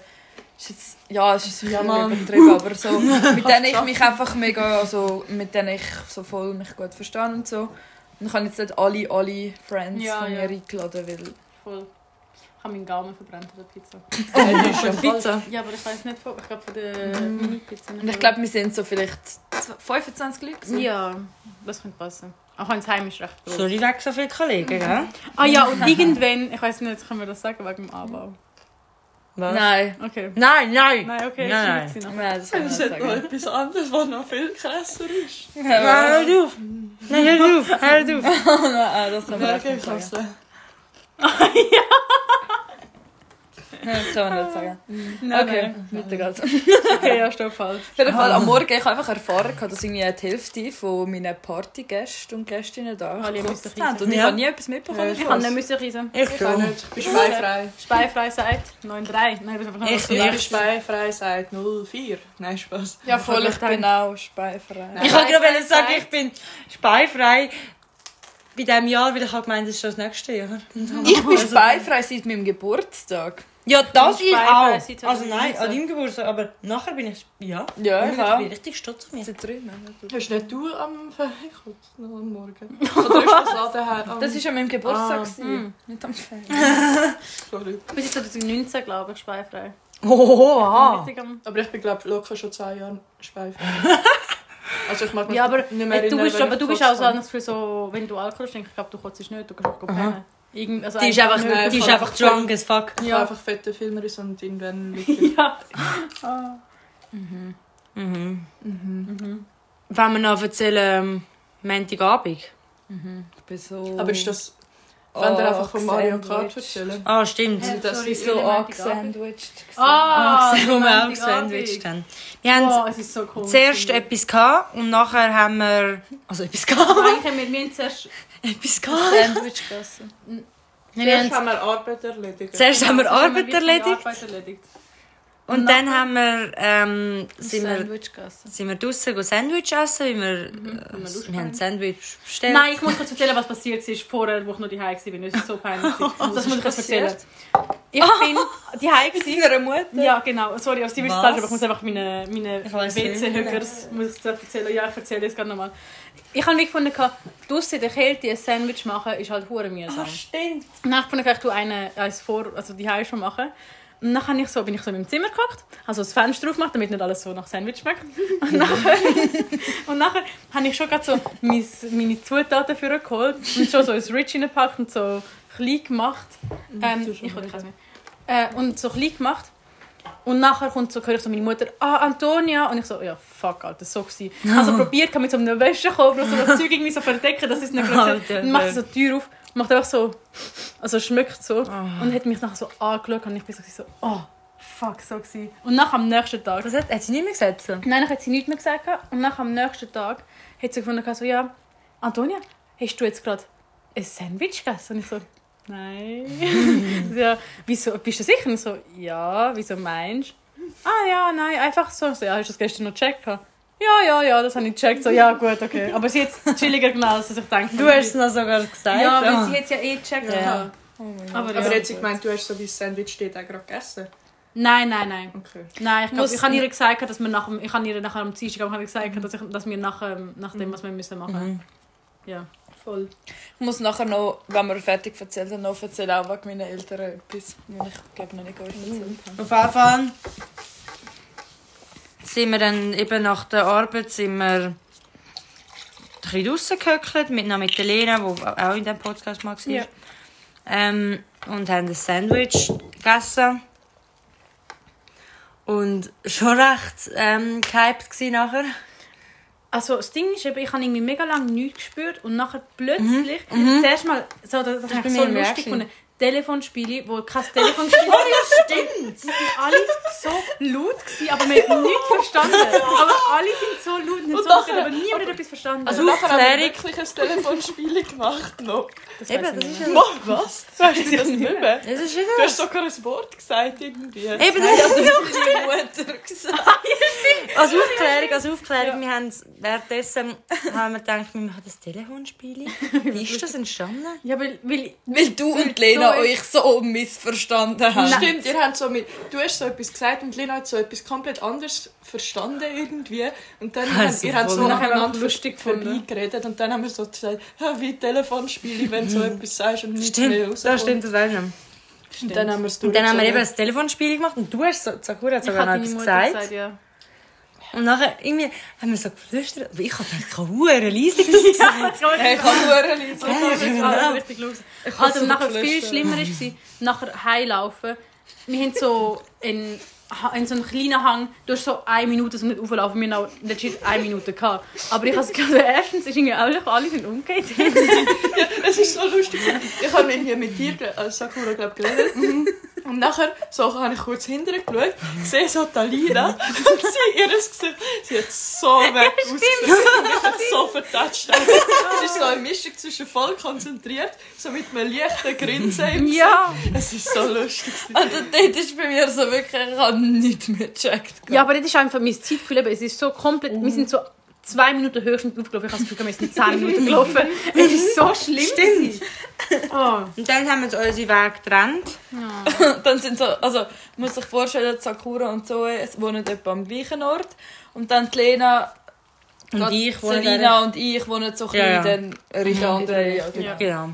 ist jetzt, ja, es ist ja, Mann. übertrieben, aber so, mit denen ich mich einfach mega, also mit denen ich so voll mich gut verstehe und so. Und ich habe jetzt nicht alle, alle Friends Ja, von mir ja. eingeladen, weil... Voll. Ich habe meinen Gaumen verbrannt an der Pizza. E, Äh, das ist ja voll- Pizza. Ja, Mm. aber ich weiß nicht, von- ich glaube von der Mini-Pizza. Und ich glaube, wir sind so vielleicht zw- 25 Leute. gewesen. Ja, das könnte passen. Auch wenn das Heim ist recht groß. Sorry, weg so viele Kollegen, gell? Ah ja, und irgendwann, ich weiß nicht, können wir das sagen wegen dem Anbau. Was? Nein. Okay. Nein, nein! Nein, okay, Nein, ist nicht Nein, das kann ich Das nicht ist noch sagen. etwas anderes, was noch viel krasser ist. Nein, hör auf! Nein, hör auf! Hör auf! Nein, das kann man echt Merke nicht ich sagen. also. Das kann man nicht sagen. Nein, Okay, nein. weiter geht's. Okay, ja, stimmt falsch. Auf jeden Fall, am Morgen ich habe einfach erfahren, gehabt, dass irgendwie die Hälfte von meinen Partygästen und Gästinnen da Alle gekotzt müssen haben. Und ich Ja. habe nie etwas mitbekommen. Ich kann nicht müssen reisen. Ich Ich kann schon. ne- nicht. Ich bin speifrei. Speifrei sagt 9,3. Nein, das ist einfach nur Ich so. Ich bin Echt? speifrei seit 04. Nein, Spaß. Ja, voll, ich Nein. bin auch speifrei. Ich wollte gerade sagen, ich bin speifrei bei diesem Jahr, weil ich habe gemeint, das ist schon das nächste Jahr. Ich bin speifrei seit meinem Geburtstag. Ja, das bin ich speifrei auch. seit Also nein, 2019. an deinem Geburtstag, aber nachher bin ich... Ja, Ja, ich ich bin auch. richtig stolz auf mich. Seit drei Monaten. Hast nicht du am Ferien gekotzt? Noch am Morgen? Oder ist das an der Her- am- Das war an meinem Geburtstag. Oh. Ah. gewesen. Nicht am Ferien. Sorry. Bis Hm. jetzt 2019, glaube ich, speifrei. Oh, aha. Richtig am- Aber ich bin glaube locker schon 10 Jahre speifrei. Also ich mag mich Ja, aber nicht mehr Äh, Du erinnern, bist, wenn aber ich du bist auch gekotzt so habe. anders für so, wenn du Alkohol trinkst, ich glaube, du kotzt nicht, du kannst auch pennen. Irgend, also Die ist eigentlich einfach, die ist einfach drunk as fuck. Ich habe Ja. einfach fette Filme und irgendwann nicht. wirklich... Ja. Mhm. Wenn wir noch erzählen, ähm, Montagabend. Ich bin so... Aber ist das... Oh, Wenn ihr einfach von Mario Kart gesandwiched. erzählen. Ah, stimmt. Also das sorry, ist So ich bin angesandwiched. Ah, Ah, die wo wir auch Montagabend. gesandwiched haben. Wir haben Oh, es ist so cool. zuerst etwas gehabt und nachher haben wir... Also etwas gehabt? Eigentlich haben wir, wir haben zuerst etwas gehabt? Sandwich gegessen. Nein, wir Zuerst haben, haben wir Arbeit erledigt. zuerst haben wir Also, Arbeit wirklich die erledigt. Arbeit erledigt. Und, dann haben wir, ähm, sind, wir, Sandwich gegessen. sind wir draußen go Sandwich essen, weil wir, äh, wir haben Sandwich bestellt. Nein, ich muss kurz erzählen, was passiert ist vorher, wo ich noch die Hause war. Es ist so peinlich. Das muss ich kurz erzählen. Ich bin die Hause. Ihre Mutter? Ja, genau. Sorry, auf sie wird es Was? falsch, aber ich muss einfach meine, meine Ich weiss nicht. WC-Höckers muss ich zuerst erzählen. Ja, ich erzähle es gerade nochmal. Ich habe wirklich gefunden, gehabt, draussen in der Kälte ein Sandwich machen, ist halt hure mühsam. Stimmt. Und dann fand ich, ich tue eine, eins vor, also die Hause schon machen. Und dann habe ich so, bin ich so in meinem Zimmer gehockt, habe so das Fenster aufgemacht, damit nicht alles so nach Sandwich schmeckt. Und nachher, und nachher habe ich schon gerade so mein, meine Zutaten dafür geholt und schon so ein Rich reingepackt und so klein gemacht. Ähm, ich wollte keins mehr. Äh, und so klein gemacht. Und nachher kommt so, höre ich so meine Mutter, ah, Antonia. Und ich so, ja, fuck, Alter, so gewesen. Ich habe so probiert, mit so einem Wäschekorb oder so das Zeug irgendwie so verdecken, dass es nicht gerade so... Alter, Und mache so die Tür auf, macht einfach so, also schmeckt so. Ah. Und hat mich nachher so angeschaut und ich bin so, so oh, fuck, so gewesen. Und nachher am nächsten Tag... also Was hat, hat sie nicht mehr gesagt? so? Nein, dann hat sie nichts mehr gesagt. Und nachher am nächsten Tag hat sie gefunden, so, ja, Antonia, hast du jetzt gerade ein Sandwich gegessen? Und ich so, nein. so, ja, wieso, bist du sicher? Und ich so, ja, wieso meinst du? Ah ja, nein, einfach so. so ja, hast du das gestern noch gecheckt? Ja, ja, ja, das habe ich gecheckt. So, ja, gut, okay. Aber sie hat es chilliger genommen, als ich denke. Du hast es noch sogar gesagt. Ah. Ja, so. weil sie hat es ja eh gecheckt. Ja. Oh Aber, ja. Aber jetzt ich gemeint, du hast so wie das Sandwich steht auch gerade gegessen. Nein, nein, nein. Okay. Nein, ich, glaub, Muss- ich habe ihr gesagt, dass wir nach dem, ich habe ihr nachher am Dienstag aber ich habe gesagt, dass, ich, dass wir nach, ähm, nach dem, was wir müssen Mhm. machen. Ja. Voll. Ich muss nachher noch, wenn wir fertig erzählt haben, noch erzählen, auch wegen meinen Eltern etwas, was ich glaube noch nicht euch erzählt habe. Auf jeden Fall sind wir dann eben nach der Arbeit sind wir ein bisschen draussen gehöckelt, mit, noch mit der Lena, die auch in diesem Podcast mal war. Ja. Ähm, und haben ein Sandwich gegessen. Und schon recht ähm, gehypt gsi nachher. Also das Ding ist, eben, ich habe irgendwie mega lange nichts gespürt und nachher plötzlich, zuerst mal, so, das, das habe ich bei so mir lustig gewesen. gefunden, Telefonspiele, wo kein Telefon spielt. oh ja, stimmt! Die waren alle so laut, gewesen, aber wir haben nichts verstanden. Aber alle sind so laut und, haben so laut, aber niemand hat etwas verstanden. Also nachher haben wir Aufklärung. wirklich ein Telefonspiel gemacht noch. das Eben, weiss das ich ist nicht ja... Mach was? Weißt du das nicht mehr? Das ist Du hast wieder... sogar ein Wort gesagt irgendwie. Eben, das ist Mutter gesagt. Als Aufklärung, als Aufklärung, wir haben währenddessen haben wir gedacht, wir machen das Telefonspiel. Wie ist das entstanden? mehr. Ja, weil, weil Weil du und Lena euch so missverstanden haben. Stimmt, ihr habt so mit, du hast so etwas gesagt und Lena hat so etwas komplett anderes verstanden irgendwie. Und dann haben, Also, ihr habt so voll. Nachher haben aneinander wir lustig lustig gefunden. vorbeigeredet und dann haben wir so gesagt, «Ah, wie Telefonspiele, wenn du so etwas sagst und nichts mehr rauskommt. das stimmt, das weiß ich nicht. Und dann haben wir es Und dann haben wir eben das Telefonspiel gemacht und du hast so, Sakura hat ich sogar noch habe etwas Mutter gesagt. gesagt, ja. Und nachher irgendwie haben wir so geflüstert, aber ich halt habe gedacht, Huren leise das gesagt. Ich kann nur Ja, das ist alles richtig los. Also, so nachher viel geflüstert. schlimmer war, nachher heimlaufen. Wir haben so in, in so einem kleinen Hang, du hast so eine Minute, um nicht aufzulaufen. Wir haben auch legit eine Minute gehabt. Aber ich habe es gerade erstens, ist irgendwie alle, alle sind umgekehrt. Es ist so lustig. Ich habe irgendwie mit dir, äh, Sakura, glaub, geredet. Mhm. Und nachher so, habe ich kurz hinterher geschaut, sehe so Mhm. Talina und sie, ihr Gesicht, sie hat so weg ausgesehen. Ich hat so vertatscht. Es ist so eine Mischung zwischen voll konzentriert, so mit einem leichten Grinsen. im Ja. Gesicht. Es ist so lustig. Also dort ist bei mir so wirklich, ich habe nichts mehr gecheckt. Ja, aber das ist einfach mein Zeitgefühl. eben. Es ist so komplett, wir sind so zwei Minuten höchstens aufgelaufen. Ich habe das Gefühl, wir sind zehn Minuten gelaufen. Es ist so schlimm. Stimmt. Oh. Und dann haben wir uns unsere Wege getrennt. Und dann sind so, also man muss sich vorstellen, Sakura und Zoe es wohnen etwa am gleichen Ort und dann die Lena, Und ich wohne Selina und ich wohnen so ein bisschen Ja, ja. in den Richtung ja, genau. Ja. Genau.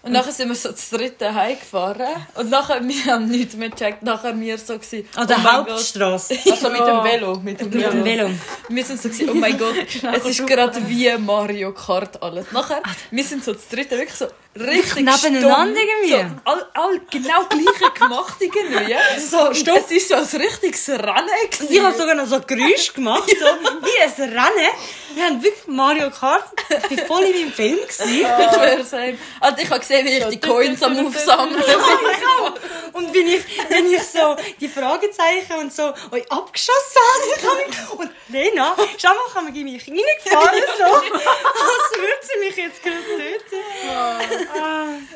Und nachher sind wir so zu dritt heimgefahren und nachher wir haben nichts mehr gecheckt, nachher wir so gsi. An Ah, der oh mein Gott. Hauptstrasse. Also mit dem Velo. Mit dem Mit dem Velo. Velo. Wir sind so gsi, oh mein Gott, Genau, es ist gerade wie Mario Kart alles. Nachher wir sind so zu dritt wirklich so richtig Ah. Nebeneinander stumm, irgendwie. So, all, all genau gleiche gemacht irgendwie. So, es ist so ein richtiges Rennen. gewesen. Ich habe sogar noch so Geräusche gemacht, so wie ein Rennen. Wir haben wirklich Mario Kart, ich war voll in meinem Film. Gewesen. Ich schwöre es einem. Also ich habe gesehen, wie ich die Coins am Aufsammeln bin. Und wenn ich, wenn ich so die Fragezeichen und so euch abgeschossen habe, ich hab mich- und Lena, schau mal, kann man in mich reingefahren, so, als würde sie mich jetzt gerade töten.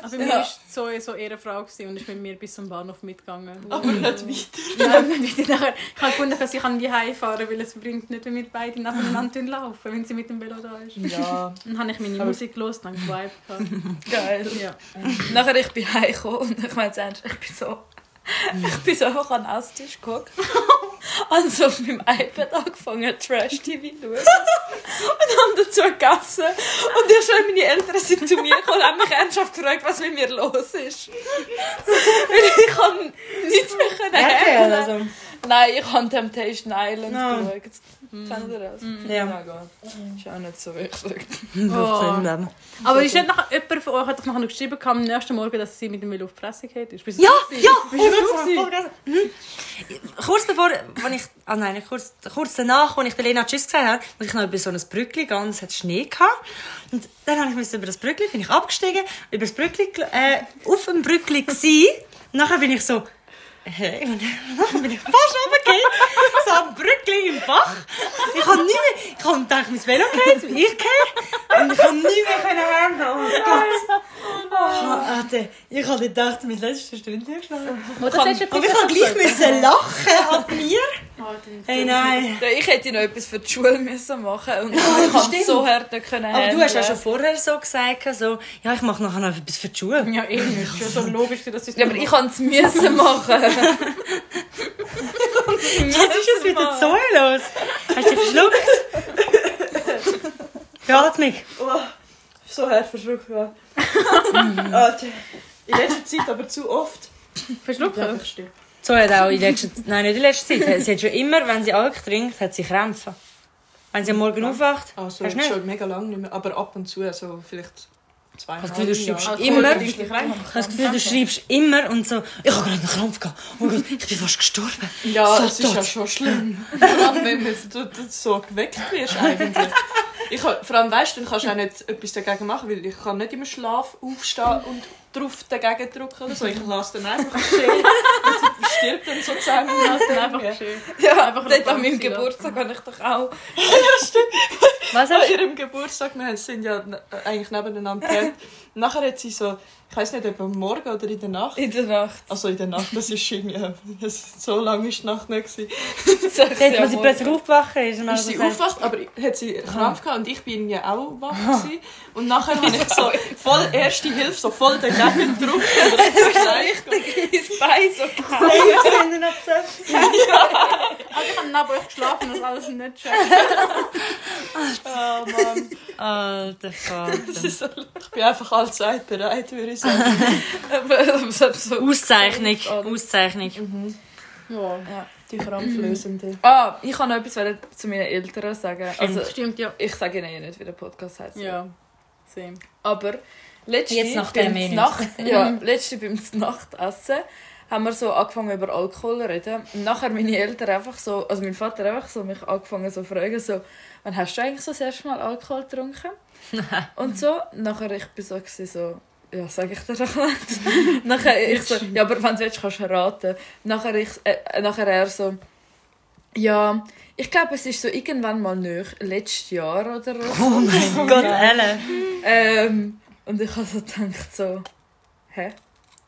Also mir Ja. war Zoe so ihre Frau gewesen und ist mit mir bis zum Bahnhof mitgegangen. Aber nicht weiter. Nein, nicht wieder nachher. Ich habe gefunden, dass ich kann wie heimfahren, weil es bringt nicht, wenn wir beide nebeneinander laufen, wenn sie mit dem Velo da ist. Ja. Dann habe ich meine Aber- Musik los, dann gewibt. Geil. Ja. Nachher ich bin heimgekommen und ich meine jetzt ernst, ich bin so... Ich bin so einfach an den Esstisch geguckt und so auf meinem iPad angefangen Trash-TV zu schauen und haben dazu gegessen und erst wenn meine Eltern sind zu mir gekommen und haben mich ernsthaft gefragt, was mit mir los ist. Weil ich kann nichts mehr können RTL, handeln. also. Nein, ich habe Temptation Island Ah. geschaut. Kennt ihr das? Ja. Na gut. Ist auch nicht so wichtig. Oh. Leben. Aber ist nicht nachher, jemand von euch hat doch nachher noch geschrieben kam, am nächsten Morgen, dass sie mit dem Velo auf die Fresse geht? Ja, ja! Oh, Mhm. Kurz bevor, wenn ich, ah nein, kurz, kurz danach, als ich der Lena Tschüss gesagt habe, muss ich noch über so ein Brückli gehen und es hat Schnee gehabt. Und dann habe ich müssen über das Brückli, bin ich abgestiegen, über das Brückli, gel- äh, auf dem Brückli gsi. Nachher bin ich so, hey, und nachher bin ich fast runtergefallen, so am Brückli im Bach. Ich habe nicht mehr, ich habe gedacht, mein Velo geht, ich gehe, und ich habe nicht mehr können handeln. Oh Gott. Ah, Alter, ich habe gedacht, meine letzte Stunde geschlafen. Oder das ist Aber ich habe gleich müssen lachen ab mir. Hey, nein. Ich hätte noch etwas für die Schule müssen machen und ich konnte es so hart nicht können Aber du hast ja handeln. schon vorher so gesagt, so, ja, ich mache nachher noch etwas für die Schuhe. Ja, eh nicht. Es ist ja so logisch, dass es Ja, aber ich konnte es müssen machen. Was ist jetzt mit der Zoe los? Hast du dich verschluckt? Beatmung. Oh, so hart verschluckt, ja. Alter. In letzter Zeit aber zu oft. verschluckt habe. Zoe hat auch in letzter Zeit, nein, nicht in letzter Zeit, sie hat schon immer, wenn sie Alk trinkt, hat sie Krämpfe. Wenn sie am Morgen aufwacht, Also Hast du nicht? schon mega lange nicht mehr. Aber ab und zu, so vielleicht zwei Hast du das Gefühl, du schreibst Alkohol immer, trinkst dich rein. hast das Gefühl, du schreibst immer und so, ich habe gerade einen Krampf gehabt, oh Gott, ich bin fast gestorben. Ja, So es ist tot. ja schon schlimm. Vor allem, wenn du- du du so geweckt wirst eigentlich. Ich, kann- vor allem, weißt du, dann kannst du auch nicht etwas dagegen machen, weil ich kann nicht im Schlaf aufstehen und drauf dagegen drücken oder so. Ich lasse dann einfach stehen und sie stirbt dann sozusagen. Das ist einfach schön. Ja, Einfach dort an noch meinem Bansi, ja. Geburtstag habe ich doch auch... Was An hast du? ihrem Geburtstag, wir sind ja ne- eigentlich nebeneinander gepennt. Nachher hat sie so, ich weiß nicht, ob am Morgen oder in der Nacht, In der Nacht. also in der Nacht, das ist irgendwie, so lange ist die Nacht nicht gewesen. Dort, Sechs Uhr wo sie morgens. plötzlich aufgewacht ist. und dann ist sie so sagt, aufgewacht, aber hat sie Krampf Ah. gehabt und ich bin ja auch wach gewesen. Und nachher habe ich so voll erste Hilfe, so voll den Nacken gedrückt. Richtig. ins Bein so gehauen. Also ich habe neben euch geschlafen, das alles nicht schön. Oh Mann. Alter Das Vater. ist so, ich bin einfach allzeit bereit, würde ich sagen. Aber so- so. Auszeichnung, Auszeichnung. Mhm. Ja. Die krampflösende. Ah, ich kann noch etwas wollen zu meinen Eltern sagen. Also, Stimmt, ja. ich sage ihnen ja nicht, wie der Podcast heißt. Ja. Same. Aber letzte Jetzt nach dem eh beim nicht. Nacht, ja, letzte beim Nachtessen haben wir so angefangen über Alkohol zu reden. Und nachher meine Eltern einfach so, also mein Vater einfach so mich angefangen so zu fragen so, wann hast du eigentlich so das erste Mal Alkohol getrunken? und so, nachher ich bin so gewesen, so ja, sag ich dir doch nicht. nachher ich so, ja, aber wenn du willst, kannst du raten. Nachher ich äh, äh, nachher er so ja, ich glaube, es ist so irgendwann mal nöch letztes Jahr oder so. Oh mein Gott, Ellen. Ähm, und ich habe so gedacht, so, hä?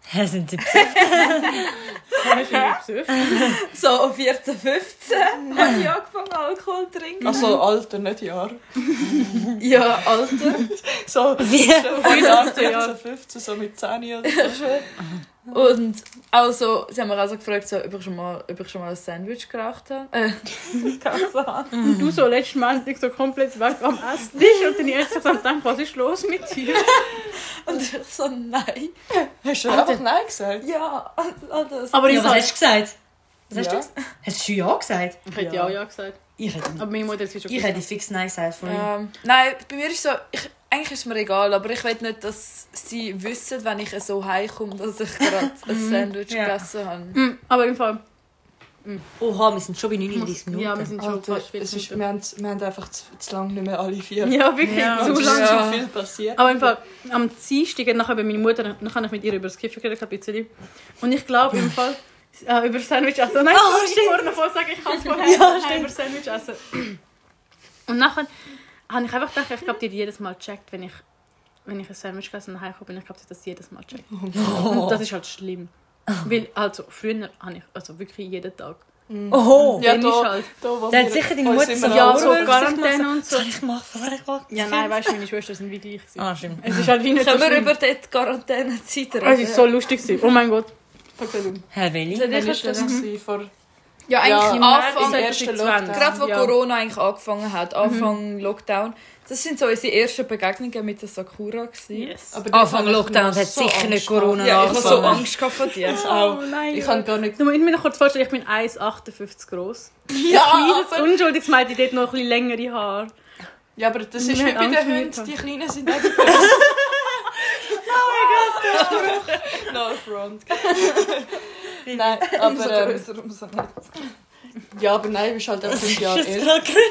Hä, sind sie Hast du mich besucht? So, um 14, 15 habe ich angefangen, Alkohol zu trinken. Also Alter, nicht Jahr. Ja, Alter. So, wie? so von 18, Jahr. 14, 15, so mit 10 oder so. Und auch so, sie haben mich also gefragt, so, ob, ich schon mal, ob ich schon mal ein Sandwich geraucht habe. Äh, Und du so letzten Montag so komplett weg am Esstisch und dann erst so am Denken, was ist los mit dir? und ich so, nein. Hast du einfach Nein gesagt? Ja, und- und das. Aber ich Ja, was sag- hast du gesagt? Was hast du Ja. gesagt? Hast du ja gesagt? Ich hätte ja auch ja gesagt. Ich hätte, Aber meine Mutter ist schon ich hätte fix Nein gesagt von ihm. Ähm, nein, bei mir ist so, ich, eigentlich ist mir egal, aber ich will nicht, dass sie wissen, wenn ich so heimkomme, dass ich gerade ein Sandwich Ja. gegessen habe. Mm, aber im Fall. Oha, wir sind schon bei 39 Minuten. Ja, wir sind schon Alter, fast es ist, wieder. wir, haben, wir haben einfach zu, zu lange nicht mehr alle vier. Ja, wirklich, Ja. zu Und es lang. ist Ja. schon viel passiert. Aber im Fall, am Dienstag hat nachher bei meiner Mutter, dann habe ich mit ihr über das Kiffen geredet, ein bisschen. Und ich glaube im Fall, äh, über das Sandwich essen. Nein, Oh, ich stimmt. kann vorne vor sagen, ich kann es vorher Ja, ja, über das Sandwich essen. Und nachher habe ich einfach gedacht, ich glaube, die hat jedes Mal gecheckt, wenn ich wenn ich ein Sandwich gegessen und heimgekommen bin, ich glaube, sie hat das jedes Mal gecheckt. Oh, Und das ist halt schlimm. Weil, also, früher habe ich, also wirklich jeden Tag. Oho! Ja, Ja, Dann ist da, halt, da, wo Dann hat wir- sicher deine uns Mutter immer so- ja, alle so Urwürfe Quarantäne und so. Soll ich machen? Soll ich machen? Ja, nein, weißt du, meine Schwestern sind wie gleich. gewesen. Ah, stimmt. Es ist halt wie nicht so Können wir schlimm. über die Quarantänezeit reden? Es ist so lustig. gewesen. Oh mein Gott. Verkündet. Herr Willi? Soll Wann ich war das? erzählen? gewesen? Vor Ja, Ja, eigentlich im am März Anfang. im ersten Lockdown. halt Gerade Ja. wo Mhm. Corona eigentlich angefangen hat, Anfang Lockdown, das sind so unsere ersten Begegnungen mit der Sakura. gewesen. Yes. Aber Anfang dort habe ich Lockdown noch hat so sicher nicht Angst Corona Ja, ich habe so angefangen. Angst gehabt von dir. gehabt. Auch. Oh, nein. Ich kann gar nicht... Nur, ich muss mir noch kurz vorstellen, ich bin 1,58 groß. Ja, Kleines, aber, unschuldiges Mädchen, dort noch ein bisschen längere Haare. ja, aber das Wir ist haben wie bei den Angst, wir Hunden. haben- Die Kleinen sind nicht... oh mein Gott. no front. nein, Umso aber... Ähm, grösser, umso nicht. ja, aber nein, du bist halt auch fünf Jahre Das ist älter. gerade cringe.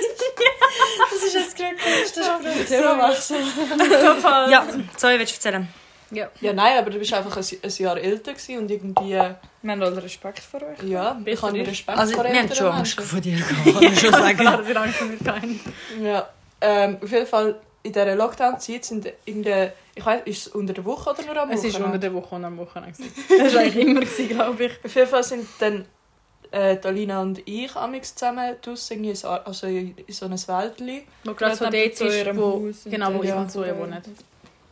Das ist jetzt gerade cringe. Das ist cringe. Themawechsel. Ja, Zoe, willst du erzählen? Ja. Ja, nein, aber du bist einfach ein, ein Jahr älter gewesen und irgendwie... äh, Wir haben alle Respekt vor euch. Ja, ich Besser habe ist. Respekt Also, vor wir haben älteren schon Angst Menschen. vor dir gehabt, kann ich schon sagen. Klar, wir Angst haben wir keinen. Ja, ähm, auf jeden Fall in dieser Lockdown-Zeit sind irgendwie, ich weiß, ist es unter der Woche oder nur am Es ist Wochenende? unter der Woche und am Wochenende. gewesen. Das war eigentlich immer, gewesen, glaube ich. Auf jeden Fall sind dann äh, die Alina und ich amix zusammen draussen irgendwie so, also in in so einem Wäldchen Noch gerade so Gerade dort neben zu ist, eurem wo, Haus und genau, wo dann, ich ja. und so wohnt.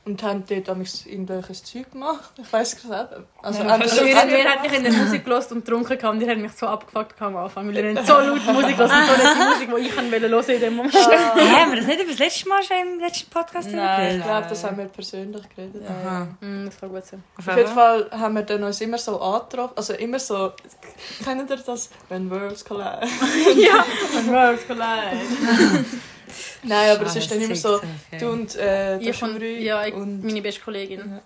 und haben dort amix irgendwelches Zeug gemacht. Ich weiß es nicht. Also, Nein, haben kannst das- du Wir nicht. haben- haben mich in der Musik gehört und getrunken gehabt und die haben mich so abgefuckt gehabt am Anfang, weil wir haben so laut Musik gehört und so nicht die Musik, die ich hören wollte in dem Moment. Hä, haben wir das nicht über das letzte Mal schon im letzten Podcast Nein. ich glaube, das haben wir persönlich geredet. Aha. Mm, Das kann gut sein. Auf jeden Fall haben wir dann uns immer so angetroffen. Also immer so. Kennt ihr das? Wenn Worlds collide. Ja, Worlds Collide. Nein, aber Ah, Ah, es ist dann immer so. Du und äh, der Ich und Schuri ja, ich, und meine beste Kollegin. Ja.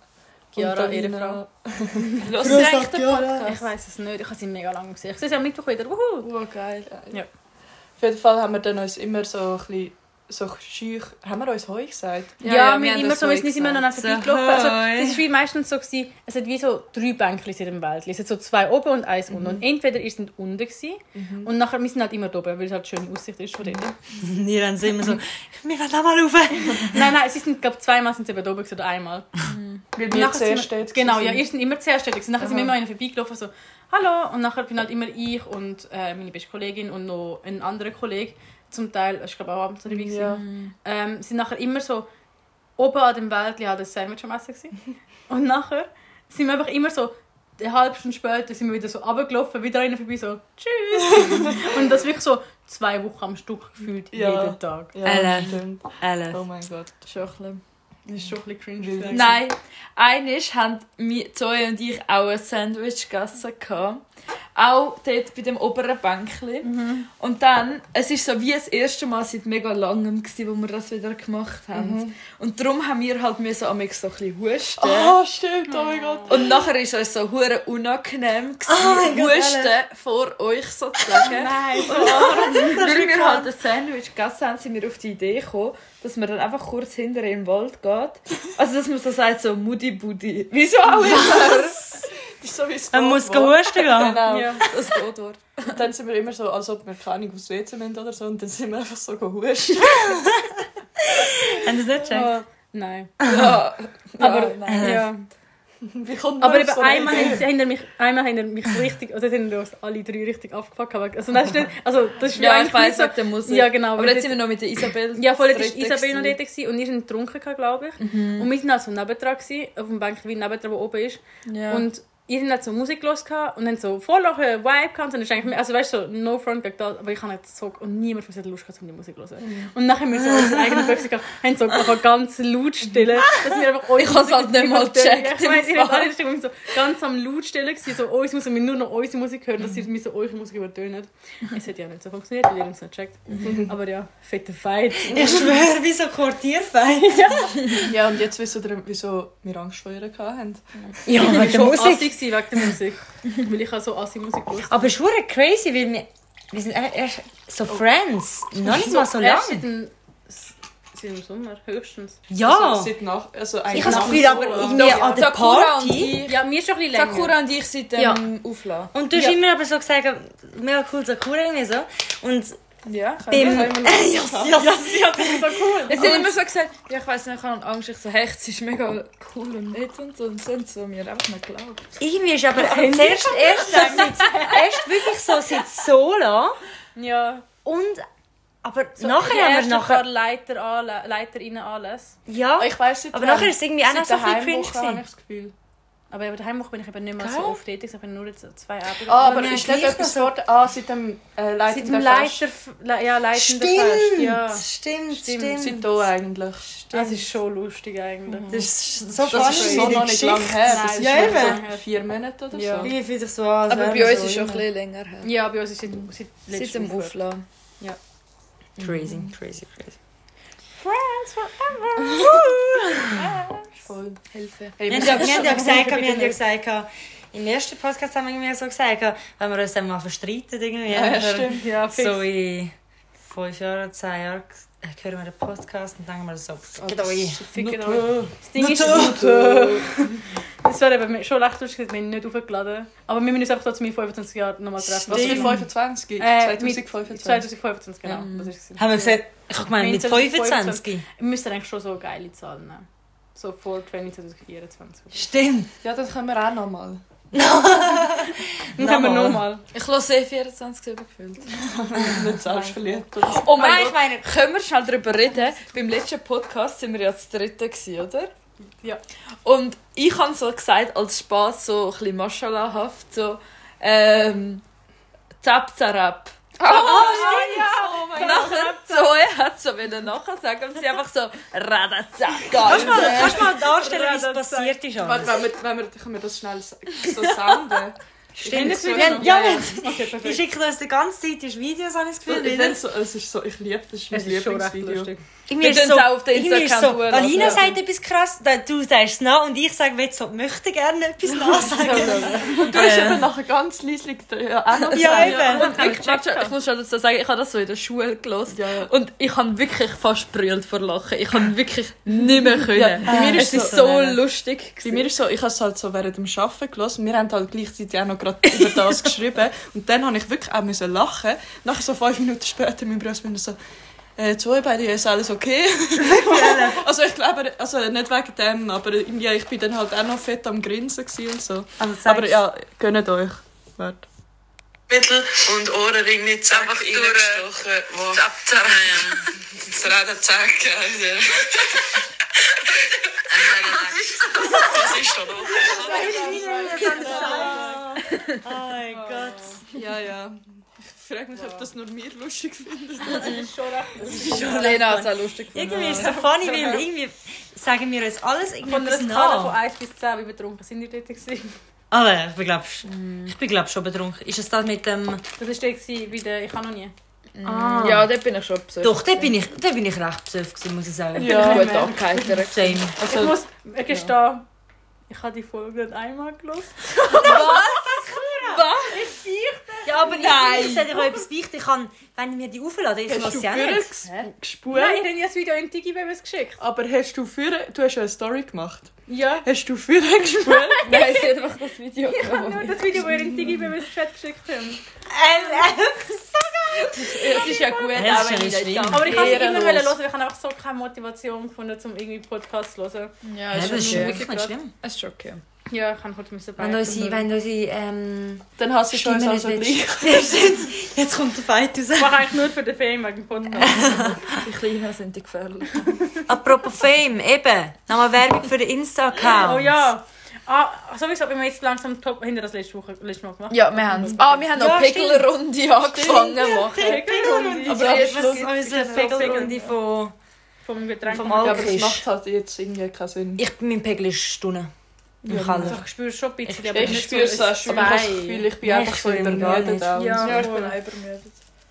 Chiara, und ihre Alina. Frau. Los, denkt der Ich Podcast. weiß es nicht, ich habe sie mega lange gesehen. Ich sehe sie am Mittwoch wieder. Wuhu. Oh, geil. Ja. Auf jeden Fall haben wir dann uns immer so ein bisschen so schüch... Haben wir uns heu gesagt? Ja, wir haben immer so, wir sind immer noch So, vorbeigelaufen. Also, hoi. das war wie meistens so, gewesen, es hat wie so drei Bänkchen in dem Wald. Es hat so zwei oben und eins unten. Mhm. Und entweder ihr sind unten gewesen, und nachher, wir sind halt immer oben, weil es halt schöne Aussicht ist von dort. Mhm. Wir haben immer so, wir wollen auch mal rauf. Nein, nein, sie sind, glaube zweimal sind sie eben oben gewesen oder einmal. Weil Und wir nachher zuerst sind wir- dort Genau, ja, waren. ihr sind immer zuerst dort gewesen. Nachher sind wir immer einer vorbeigelaufen, so «Hallo!» Und nachher bin halt immer ich und äh, meine beste Kollegin und noch ein anderer Kollege, zum Teil, ich glaube auch abends dabei gewesen. Ja. Mhm. ähm, sind nachher immer so oben an dem Wäldchen halt ein Sandwich am Essen gewesen. Und nachher sind wir einfach immer so eine halbe Stunde später sind wir wieder so runtergelaufen, wieder einer vorbei so «Tschüss!» Und das wirklich so zwei Wochen am Stück gefühlt, Ja. jeden Tag. Ja, Ellen. Mhm. stimmt. Ellen. Oh mein Gott. Schöchle. Das ist schon ein bisschen cringe. Wild. gewesen. Nein, eines haben mi- Zoe und ich auch ein Sandwich gegessen. gehabt. Auch dort bei dem oberen Bänkchen. Und dann, es ist so wie das erste Mal seit mega langem, gewesen, wo wir das wieder gemacht Ah, haben. Mhm. Mhm. Und darum haben wir halt müssen am so ein bisschen husten. Ah, stimmt. Oh mein Gott. Und nachher war es uns so hure unangenehm, gewesen, Ah, husten vor euch sozusagen. Nein, so. Weil wir halt ein Sandwich gegessen haben, sind wir auf die Idee gekommen, dass man dann einfach kurz hinter in den Wald geht. Also, dass man so sagt, so Mudi Budi. Wieso auch immer? Das ist so wie es Man muss dort war. husten gehen. Genau. Ja. Das Todwort. Und dann sind wir immer so, als ob wir keine Ahnung aufs WC müssen oder so. Und dann sind wir einfach so gehuscht. Haben Sie das nicht gecheckt? Nein. Ja. Aber- Aber, nein. Ja. Wie kommt man Aber auf eben so eine einmal Idee? haben sie haben sie mich, einmal haben sie mich richtig, also haben sie uns alle drei richtig abgefuckt. aber- Also, das ist nicht, also das ist Ja, eigentlich ich weiss nicht so- wegen der Musik. Ja, genau, Aber weil jetzt dort- sind wir noch mit der Isabel. Ja, vorher war dritte Isabel noch dort gewesen. Mhm. gewesen und ich war getrunken, glaube ich. Und wir waren halt so nebendran, gewesen, auf dem Bänkchen, wie nebendran, wo oben ist. Ja. Und Und ihr habt halt so Musik los gehabt und dann so voll auch einen Vibe gehabt. Und dann ist eigentlich, mehr- also weißt du, so no front gegen das, aber ich habe halt so, und niemand von uns hat Lust gehabt, um die Musik zu hören. Mhm. Und nachher müssen wir unsere eigenen Böcke gehabt, haben so einfach ganz laut stellen, dass wir einfach Ich hab's halt nicht mal gecheckt, Ich meine, im ihr habt Fall. alle Stimmung so ganz am laut stellen gewesen, so oh, uns müssen wir nur noch unsere Musik hören, dass ihr müssen eure Musik übertönen. Es hat ja nicht so funktioniert, weil ihr uns nicht checkt. Aber ja, fette Fight. Ich schwöre, wie so Quartierfeind. Ja, und jetzt wisst ihr, wieso wir Angst vor ihr hatten. Ja, mit der Ich war schon Musik. assi gewesen wegen der Musik. Weil ich habe so assi Musik gehört. Aber es ist verdammt crazy, weil wir, wir sind eigentlich erst so Friends. Noch nicht mal so Erst seit lange. dem- seit dem Sommer, höchstens. Ja. Also, seit nach, also Ah. Ich eigentlich habe das nach dem Gefühl, aber Sommer. irgendwie an der Sakura und Party. ich. Ja, mir ist schon ein bisschen länger. Ah, Sakura und ich sind ähm, Ja. dann aufladen. Und du hast Ja. immer aber so gesagt, mega cool Sakura irgendwie so. Und Ja, kann Beim- ich. ja, ja, ja. Es sind immer so gesagt, ja, ich weiß nicht, ich habe Angst, ich so, hey, es ist mega cool und nett und so. Und so haben sie mir einfach nicht geglaubt. Irgendwie ist aber zuerst erst, so seit, erst wirklich so seit so lang. Ja. Und, aber So die nachher haben ersten wir paar nachher, Leiter anle Leiterinnen alles. ja, Ich weiss nicht, ähm, aber nachher ist es irgendwie auch noch so viel cringe habe ich gewesen. das Gefühl. Aber bei der Heimwoche bin ich eben nicht mehr Geil. so oft tätig, ich bin nur jetzt zwei Abende. Ah, aber wir ist haben nicht gleich etwas noch geworden? Ah, seit dem äh, Seit dem leitenden Fest. Leiter, Le- ja, leitenden Fest. Ja. stimmt, stimmt, Stimmt, stimmt. Seit da eigentlich. Das ist schon lustig eigentlich. Das ist so Das ist funny, so wie die noch nicht lange Geschichte. her. Das Nein, ist das ist ja, schon eben. lange vier Monate oder Ja. so. Irgendwie fühlt sich so an. als Also Aber wäre bei uns so ist schon ein immer. bisschen länger her. Mhm. Ja, bei uns ist es seit Seit letztem dem Aufladen. Crazy, crazy, crazy. Voll. Hilfe. Hey, Wir haben wir- ja, wir haben ja gesagt, wir haben ja gesagt, im ersten Podcast haben wir irgendwie so gesagt, wenn wir uns dann mal verstreiten, irgendwie. ja, ähm, oder stimmt. Ja, fix. so in fünf Jahren, zehn Jahren äh, hören wir den Podcast und denken wir so, geht euch. Fick it all. Nutte. genau. Das Ding ist, das war eben schon recht lustig, wir haben ihn nicht aufgeladen. Aber wir müssen uns einfach so zu meinen 25 Jahren nochmal treffen. Was für für 25? Äh, 2025. 2025, genau. Das ist es. Haben wir gesagt, ich habe gemeint, mit 25. Wir müssen eigentlich schon so geile Zahlen nehmen. So vor 2024. Stimmt. Ja, das können wir auch nochmal. Dann haben wir Nochmal. nochmal. Ich lasse eh 24 übergefühlt. Nicht selbstverliebt. Oh Ah, Nein, mein ich Gott, meine, können wir schnell darüber reden? Beim letzten Podcast sind wir ja das dritte, gewesen, oder? Ja. Und ich habe so gesagt, als Spaß, so ein bisschen Maschallah-haft, so, ähm, Zap, zarab. Ah, Oh mein Nachher, Zoe hat so wieder nachher sagen und sie einfach so, radazap, kannst du mal, geil. kannst du mal darstellen, wie es passiert ist? Warte, alles? wenn wir, wenn wir, können wir das schnell so sounden? Stimmt. Ich finde, Wir haben- Ja, wir haben- Okay, die perfekt. schicken uns die ganze Zeit die Videos, habe ich das so- Gefühl. Äh, ich wieder. finde so, es ist so, ich liebe das, ist mein Es ist schon recht Lieblingsvideo. lustig. Irgendwie Wir ist tun's auch auf der irgendwie ist so, Instagram tun, Alina also. sagt etwas krass, da- du sagst es nach und ich sage, will so, möchte gerne etwas nachsagen. Und du Äh, hast eben nachher ganz leislich ja, auch noch ja, gesagt. eben. Also, Und wirklich, warte, ich muss schon dazu sagen, ich habe das so in der Schule gelesen. Ja, ja. Und ich habe wirklich fast brüllt vor Lachen. Ich habe wirklich nicht mehr können. bei mir es ist ist so- so, lustig. Bei gewesen. mir ist so, ich habe es halt so während dem Arbeiten gelassen. Wir haben halt gleichzeitig auch noch gerade über das geschrieben. Und dann habe ich wirklich auch müssen lachen. Nachher so fünf Minuten später, mein Bruder bin ich so, äh, zu euch beide, ist alles okay? also ich glaube, also nicht wegen dem, aber ja, ich bin dann halt auch noch fett am Grinsen gewesen und so. Also, sag's. Aber ja, gönnt euch. Warte. Mittel und Ohrring nicht zack einfach reingestochen. Wo? Zap, zap. Das Reden zack, Alter. Was ist da? Was ist da los? Oh mein Gott. Ja, ja. Ich frage mich, ob das nur mir lustig findet. Lena hat es auch lustig Irgendwie ist es so funny, weil irgendwie sagen wir uns alles Von einer irgendwas Skala von nach. 1 bis 10, wie betrunken sind die dort? gewesen? Aber ich bin, glaub, ich bin glaub, schon betrunken. Ist es das mit dem... Das war der, gewesen bei der «Ich kann noch nie». Mhm. Ja, dort bin ich schon besorgt. Doch, da bin ich, da bin ich recht besoffen, gewesen, muss ich sagen. Ich bin Ja. gut Also, abgeheitert. Same. Ich muss gestehen, ich habe die Folge nicht einmal gelesen. Ja, aber Nein. ich sage euch etwas Wichtiges. Ich kann, wenn wir die aufladen, ist Hast das du ja früher nicht. ges- Hä? gespult? Nein, ich habe ja das Video in Digibabes geschickt. Aber hast du früher, du hast ja eine Story gemacht. Ja. Hast du früher gespult? Nein, sie hat einfach das Video Ich habe nur das Video, das ihr in Digibabes Chat geschickt haben. Ähm, Das ist ja gut, Das ist ja auch wenn ich nicht nicht schlimm. kann. Aber ich wollte es immer Ehrenlos. hören, weil ich habe einfach so keine Motivation gefunden, um irgendwie Podcasts zu hören. Ja, Ja, das ist schon okay. wirklich nicht schlimm. Es ist okay. Ja, ich kann kurz müssen Wenn unsere, wenn unsere ähm, Dann hast du Stimmen uns nicht also gleich. willst. Ja, stimmt. Jetzt kommt der Fight raus. Ich mache eigentlich nur für den Fame wegen dem Podcast. Die Kleinen sind die gefährlich. Apropos Fame, eben. Nochmal Werbung für den Insta-Account. Oh ja. Ah, sowieso, wenn wir jetzt langsam top hinter das letzte, Woche, letzte Mal gemacht Ja, wir haben es. Ah, wir haben Ja, auch stimmt. Pickelrunde angefangen machen. Pickelrunde. Aber Ja, erst was los ist geht's. unsere Pegelrunde von... Vom Getränk. Vom Ja, Alk. aber Ist- es macht halt jetzt irgendwie keinen Sinn. Ich, mein Pegel ist Stunden. Im Also, Keller. ich spüre es schon ein bisschen, aber Ich nicht spüre es so auch als schon. Ich habe das zwei. Gefühl, ich bin Nein, einfach ich so fühle mich übermüdet. gar auch. Ja, Ja, ich bin voll. auch übermüdet.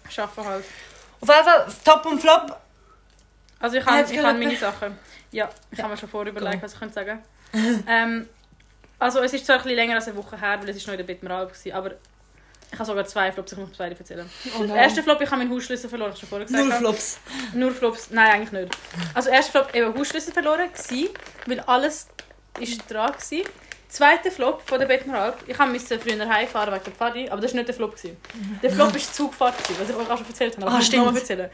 ich arbeite halt. Auf jeden Fall, Top und Flop. Also ich habe Hat's ich habe meine Sachen. Ja, ich habe mir schon vorher überlegt, was ich könnte sagen. ähm, also es ist zwar ein bisschen länger als eine Woche her, weil es ist noch in der Bittmeral gewesen, aber ich habe sogar zwei Flops, ich muss beide erzählen. Oh Der nein. erste Flop, ich habe meinen Hausschlüssel verloren, ich schon vorher gesagt. Null habe. Flops. Nur Flops, nein eigentlich nicht. Also erster Flop, eben Hausschlüssel verloren gewesen, weil alles ist dran gewesen. Zweiter Flop von der Bettner Alp. Ich musste früher heimfahren wegen der Pfadi, aber das war nicht der Flop. Gewesen. Der Flop war die Zugfahrt, gewesen, was ich euch auch schon erzählt habe. Aber Mhm. Ah, ich muss noch mal stimmt. erzählen.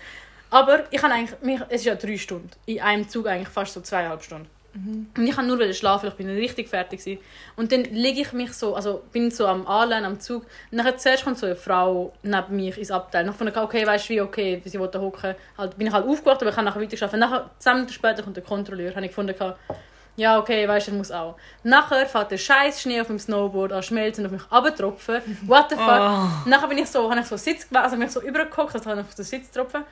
Aber ich habe eigentlich, mich, es ist ja drei Stunden. In einem Zug eigentlich fast so zweieinhalb Stunden. Mhm. Und ich wollte nur wollte schlafen, ich bin richtig fertig. Gewesen. Und dann lege ich mich so, also bin so am Anlehnen, am Zug. Und dann zuerst kommt so eine Frau neben mich ins Abteil. Dann fand ich, okay, weißt du wie, okay, sie wollte hocken. Halt, bin ich halt aufgewacht, aber ich kann nachher weiter schlafen. Nachher, zehn Minuten später kommt der Kontrolleur. Habe ich gefunden, gehabt, ja, okay, weißt du, er muss auch. Nachher fährt der scheiß Schnee auf dem Snowboard an, schmelzt und auf mich abtropfen. What the fuck? Nachher bin ich so, habe ich so Sitz gewa- also bin ich so übergeguckt, also habe ich auf den Sitz tropfen.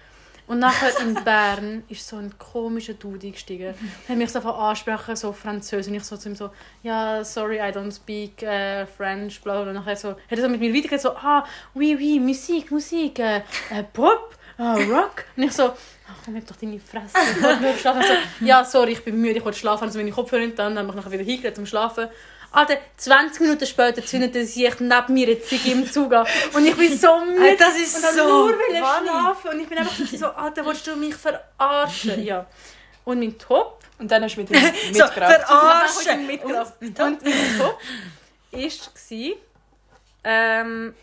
Und nachher in Bern ist so ein komischer Dude eingestiegen. Er hat mich so einfach ansprechen, so Französisch. Und ich so zu ihm so, ja, sorry, I don't speak äh, French, bla bla. bla. Und nachher so, hat er so mit mir weitergeredet, so, ah, oui, oui, Musik, Musik, äh, äh, Pop, äh, Rock. Und ich so, ach komm, hab doch deine Fresse, ich will nur schlafen. Und so, ja, sorry, ich bin müde, ich will schlafen. Also meine Kopfhörer nicht an, dann habe ich nachher wieder hingelegt zum Schlafen. Alter, 20 Minuten später zündet er sich neben mir eine Ziege im Zug an. Und ich bin so müde. Ey, Äh, das ist und dann so nur will funny. schlafen. Und ich bin einfach so, Alter, willst du mich verarschen? Ja. Und mein Top Und dann hast du mit ihm So, mitgeraucht. verarschen. mitgebracht. Und- Und, mein Top ist gsi, ähm,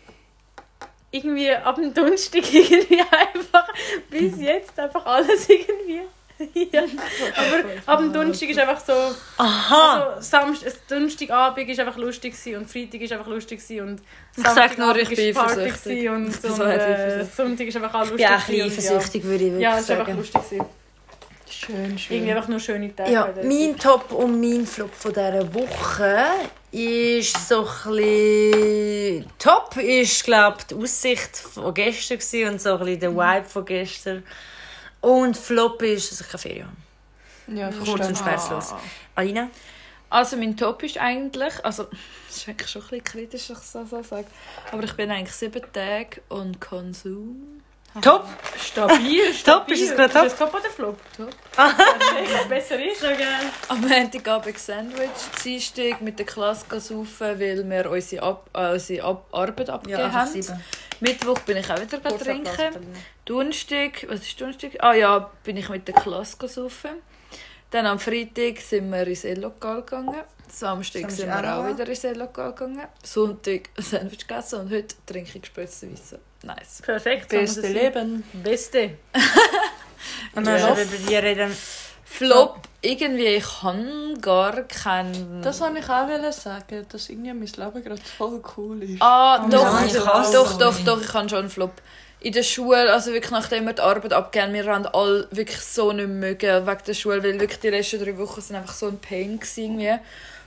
irgendwie ab dem Donnerstag irgendwie einfach bis jetzt einfach alles irgendwie. ja. Aber ab dem Donnerstag ist einfach so, Aha. so Samstag, Also, Donnerstagabend ist einfach lustig gsi und Freitag ist einfach lustig gsi und Ich sag nur, ich Samstagabend bin ist Party eifersüchtig. gsi und, bin und so äh, eifersüchtig. Sonntag ist einfach auch Ich lustig bin auch ein gsi bisschen und ja. eifersüchtig, würde ich wirklich Ja, es war einfach sagen. lustig. gsi. Schön, schön. Irgendwie einfach nur schöne Tage. Ja, dort. mein Top und mein Flop von dieser Woche ist so ein bisschen... Top ist, glaube ich, die Aussicht von gestern gewesen und so ein bisschen der Vibe von gestern. Und Flop ist, dass ich keine Ferien habe. Ja, Kurz verstehe. Ah, und schmerzlos. Alina? Also mein Top ist eigentlich, also das ist eigentlich schon ein bisschen kritisch, dass ich das so sage, aber ich bin eigentlich sieben Tage on Konsum. Top? Stabil, Top, ist es gerade top? Ist es top oder flop? Top. Wenn besser ist. Am Montagabend Sandwich, Dienstag mit der Klasse gehen saufen, weil wir unsere, Ab äh, unsere Ab also Arbeit abgegeben haben. Mittwoch bin ich auch wieder gehen trinken. Donnerstag, was ist Donnerstag? Ah ja, bin ich mit der Klasse gehen saufen. Dann am Freitag sind wir ins Lokal gegangen. Samstag Samstag sind wir auch auch noch. wieder ins Lokal gegangen. Sonntag ein Sandwich gegessen und heute trinke ich gespritzte Weisse. Nice. Perfekt. so muss Beste es sein. Leben. Beste. Und dann Ja. ja. über die reden. Flop, irgendwie, ich kann gar keinen... Das wollte ich auch wollen sagen, dass irgendwie mein Leben gerade voll cool ist. Ah, doch, nein, ich doch, hasse doch, es. doch, doch, ich habe schon einen Flop. In der Schule, also wirklich nachdem wir die Arbeit abgeben, wir haben alle wirklich so nicht mögen wegen der Schule, weil wirklich die letzten drei Wochen sind einfach so ein Pain gewesen irgendwie.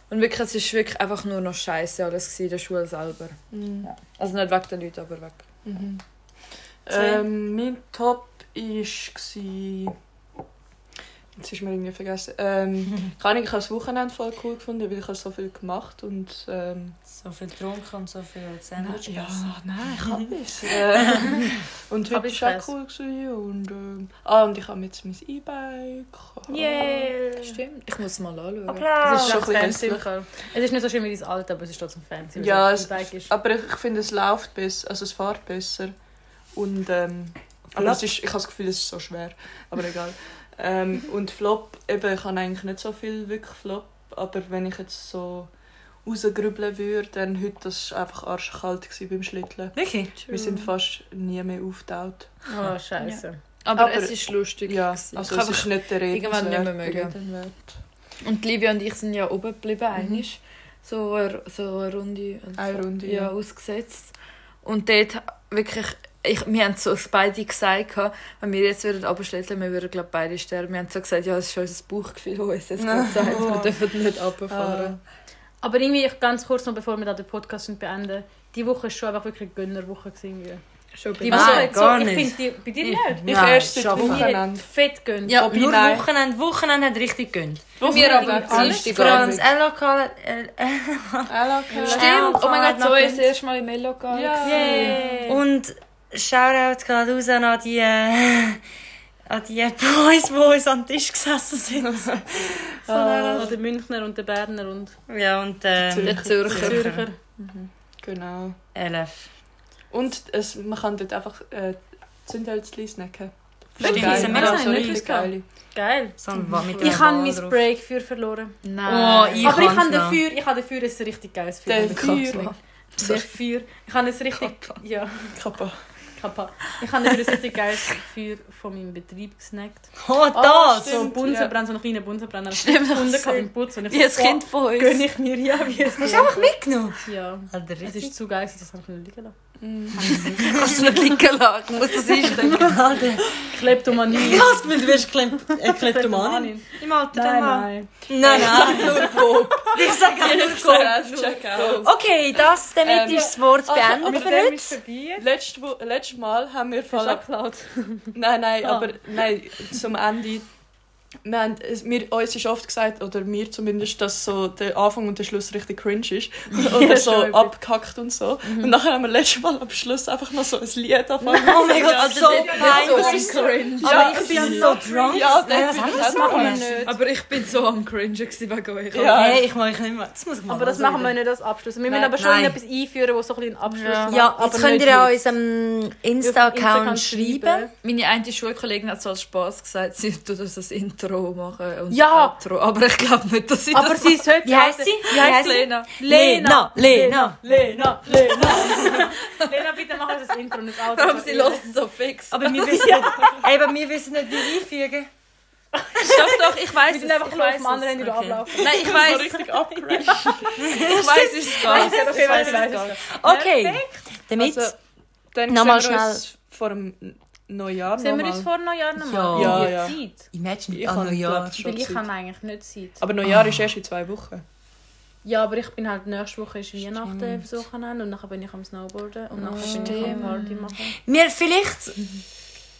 Und wirklich, es ist wirklich einfach nur noch scheiße alles gewesen, in der Schule selber. Mhm. Ja. Also nicht wegen den Leuten, aber wegen. Ähm, mein Top ist gsi. Jetzt ist mir irgendwie vergessen. Ähm, kann ich ich habe das Wochenende voll cool gefunden, weil ich habe so viel gemacht und ähm, So viel getrunken und so viel Sandwich ja, gegessen. nein, ich habe es. Ähm, und Hab heute ich war Stress. auch cool gsi und ähm, ah und ich habe jetzt mein E-Bike. Yay. Stimmt, ich muss es mal anschauen. Es Applaus! ist schon schon ein bisschen Ah. fancy. im Fall. Es ist nicht so schön wie dein Alter, aber es ist trotzdem fancy. weil Ja, es es- ein Bike ist. Aber ich finde es läuft besser, also es fährt besser und ähm, aber Flop? es ist, ich habe das Gefühl, es ist so schwer, aber egal. ähm, und Flop, eben, ich habe eigentlich nicht so viel wirklich Flop, aber wenn ich jetzt so rausgrübeln würde, dann heute, das war einfach arschkalt gewesen beim Schlitteln. Wirklich? Wir sind fast nie mehr aufgetaut. Oh, scheiße. Aber, Aber- es ist lustig. Ja, gewesen. also ich es habe ist nicht der Rede irgendwann nicht mehr mögen. Und die Livia und ich sind ja oben geblieben, einmal. So eine, so eine Runde. also- Eine Runde, Ja, ja. ausgesetzt. Und dort wirklich, ich, wir haben so beide gesagt, gehabt, wenn wir jetzt würden abschlitteln, wir würden glaub, beide sterben. Wir haben so gesagt, ja, es ist schon unser Bauchgefühl, das uns jetzt gerade sagt, wir dürfen nicht runterfahren. Ah. Aber irgendwie, ich- ganz kurz noch, bevor wir da den Podcast sind, beenden. Die Woche war schon einfach wirklich eine Gönnerwoche. gewesen, irgendwie. Schon Die bei Nein, Woche hat so, gar ich nicht. finde, die- bei dir nicht. Ich Nein, erst seit schaffen. Bei dir hat Wochenende. fett gönnt. Ja, Wobei, Nur nein. Wochenende, Wochenende hat richtig gönnt. wir aber irgendwie alles Dienstagabend. Vor allem das L-Lokal. L- L- Hallo, Kevin. Stimmt, oh mein Gott, so ist Lokal- das erste Mal im Melo gegangen. Ja. Yay. Und Shoutout gerade raus an die, äh, an die Boys, die uns am Tisch gesessen sind. so Ah, Oder eine- der Münchner und der Berner und ja, und ähm, Der Zürcher. Zürcher. Genau. LF. Und es, man kann dort einfach äh, Zündhölzchen snacken. Stimmt, geil. das haben wir Ja, auch so nicht richtig geil. Geil. So ein Wa- mit einer Ich habe Wahl mein drauf. Break für verloren. Oh, ich Aber ich kann's habe noch. dafür, ich habe dafür ein richtig geiles Feuer. Dafür. Dafür. Ich habe ein richtig... Ja, Kappa. kappa. Ich habe dafür ein richtig geiles Feuer von meinem Betrieb gesnackt. Oh, das! So Stimmt, Bunsenbrenner, so einen kleinen Bunsenbrenner. Stimmt. Hunde so. im Putz. Und ich Wie ein so, boah, Kind von uns. Gönn ich mir ja, wie es Hast du einfach mitgenommen? Ja. Alter, Es ist zu geil, dass ich es nicht liegen lassen Kannst du nicht liegen lassen. Ich muss das einstecken. Alter. Kleptomanie. Ich habe das Gefühl, du wirst klep- äh, Kleptomanin. Im Alter Nein, nein. Nein, nein. Nur Bob. Ich sage auch nur Bob. Check out. Okay, das, damit Ähm, ist das Wort beendet Mit also, für dem heute. ist vorbei. Letztes, Wo- letztes Mal haben wir Hast du voll... abgelaut? Nein, nein, Ah. aber nein, zum Ende. Wir haben, es- wir, uns ist oft gesagt, oder mir zumindest, dass so der Anfang und der Schluss richtig cringe ist. Oder so schon, abgehackt und so. Und nachher haben wir letztes Mal am Schluss einfach noch so ein Lied angefangen. Oh mein Gott, so Das peinlich. ist so cringe. Aber ich bin so drunk. Ja, das Nein, bin was ich anderes auch machen wir nicht. nicht. Aber ich bin so am cringe gewesen wegen euch. Ja. Hey, ich mache ich nicht mehr. Das muss ich mal Aber das hören. machen wir nicht als Abschluss. Wir müssen Nein. aber schon Nein. etwas einführen, was so ein bisschen einen Abschluss Ja. macht. Ja, aber jetzt könnt nicht ihr heute. auch unserem Insta-Account schreiben. Meine eine Schulkollegin hat so als Spass gesagt, sie tut uns das Intro machen und Ja. das Outro. Aber ich glaube nicht, dass sie Aber das sie ist heute... Wie heisst sie? Wie heisst sie? Lena. Lena. Lena. Lena. Lena. Lena, bitte mach uns das Intro nicht aus. Warum sie los so fix? Aber wir wissen, nicht, eben, wir wissen nicht, wie einfügen. doch, doch, ich weiß Wir es. sind einfach ich nur auf weiß dem anderen Ende es. okay. Okay. ablaufen. Nein, ich So weiß, richtig abgerashed. ich weiß okay, wir es gar nicht. Ich weiss es wissen gar nicht. Okay, damit. Also, dann Nochmal sehen wir uns vor dem Neujahr Sehen wir nochmal. uns vor Neujahr nochmal? Ja. Ja, ja. Zeit. Imagine, Ich an habe, Neujahr. glaub, schon Weil ich Zeit. habe eigentlich nicht Zeit. Aber Neujahr ist erst in zwei Wochen. Ja, aber ich bin halt nächste Woche ist Weihnachten so Wochenende und nachher bin ich am Snowboarden und nachher bin ich am Party machen. Wir vielleicht.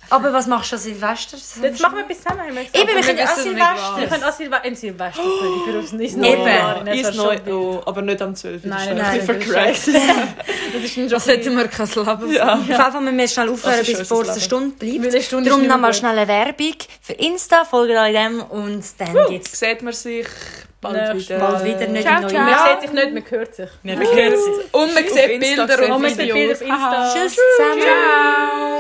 Aber was machst du an Silvester? Jetzt machen wir etwas zusammen. haben wir jetzt Eben, wir gesagt. können auch wissen nicht, was. wir Silvester. können auch Silvester, in Silvester können wir aufs nächste Eben. Neujahr. Das Ist ist neu, schon wild. oh, aber nicht am 12. Nein, das nein, ist ein bisschen vercrackt. oh. Das ist ein Das hätten wir kein Leben. Ja. Auf jeden Fall müssen wir schnell aufhören, Das ist bis unser vor einer Leben. Stunde bleibt. Weil eine Stunde ist Darum nicht mehr nochmal gut. schnell eine Werbung für Insta, folgt alle dem und dann geht's Sieht man sich bald Nächstes wieder. bald wieder nicht Ciao, in ciao. Man sieht sich nicht, man hört sich. Wir hören Und man Auf Insta sieht Bilder sehen und Und man wir sieht Videos. Bilder auf Insta. Tschüss zusammen. Ciao.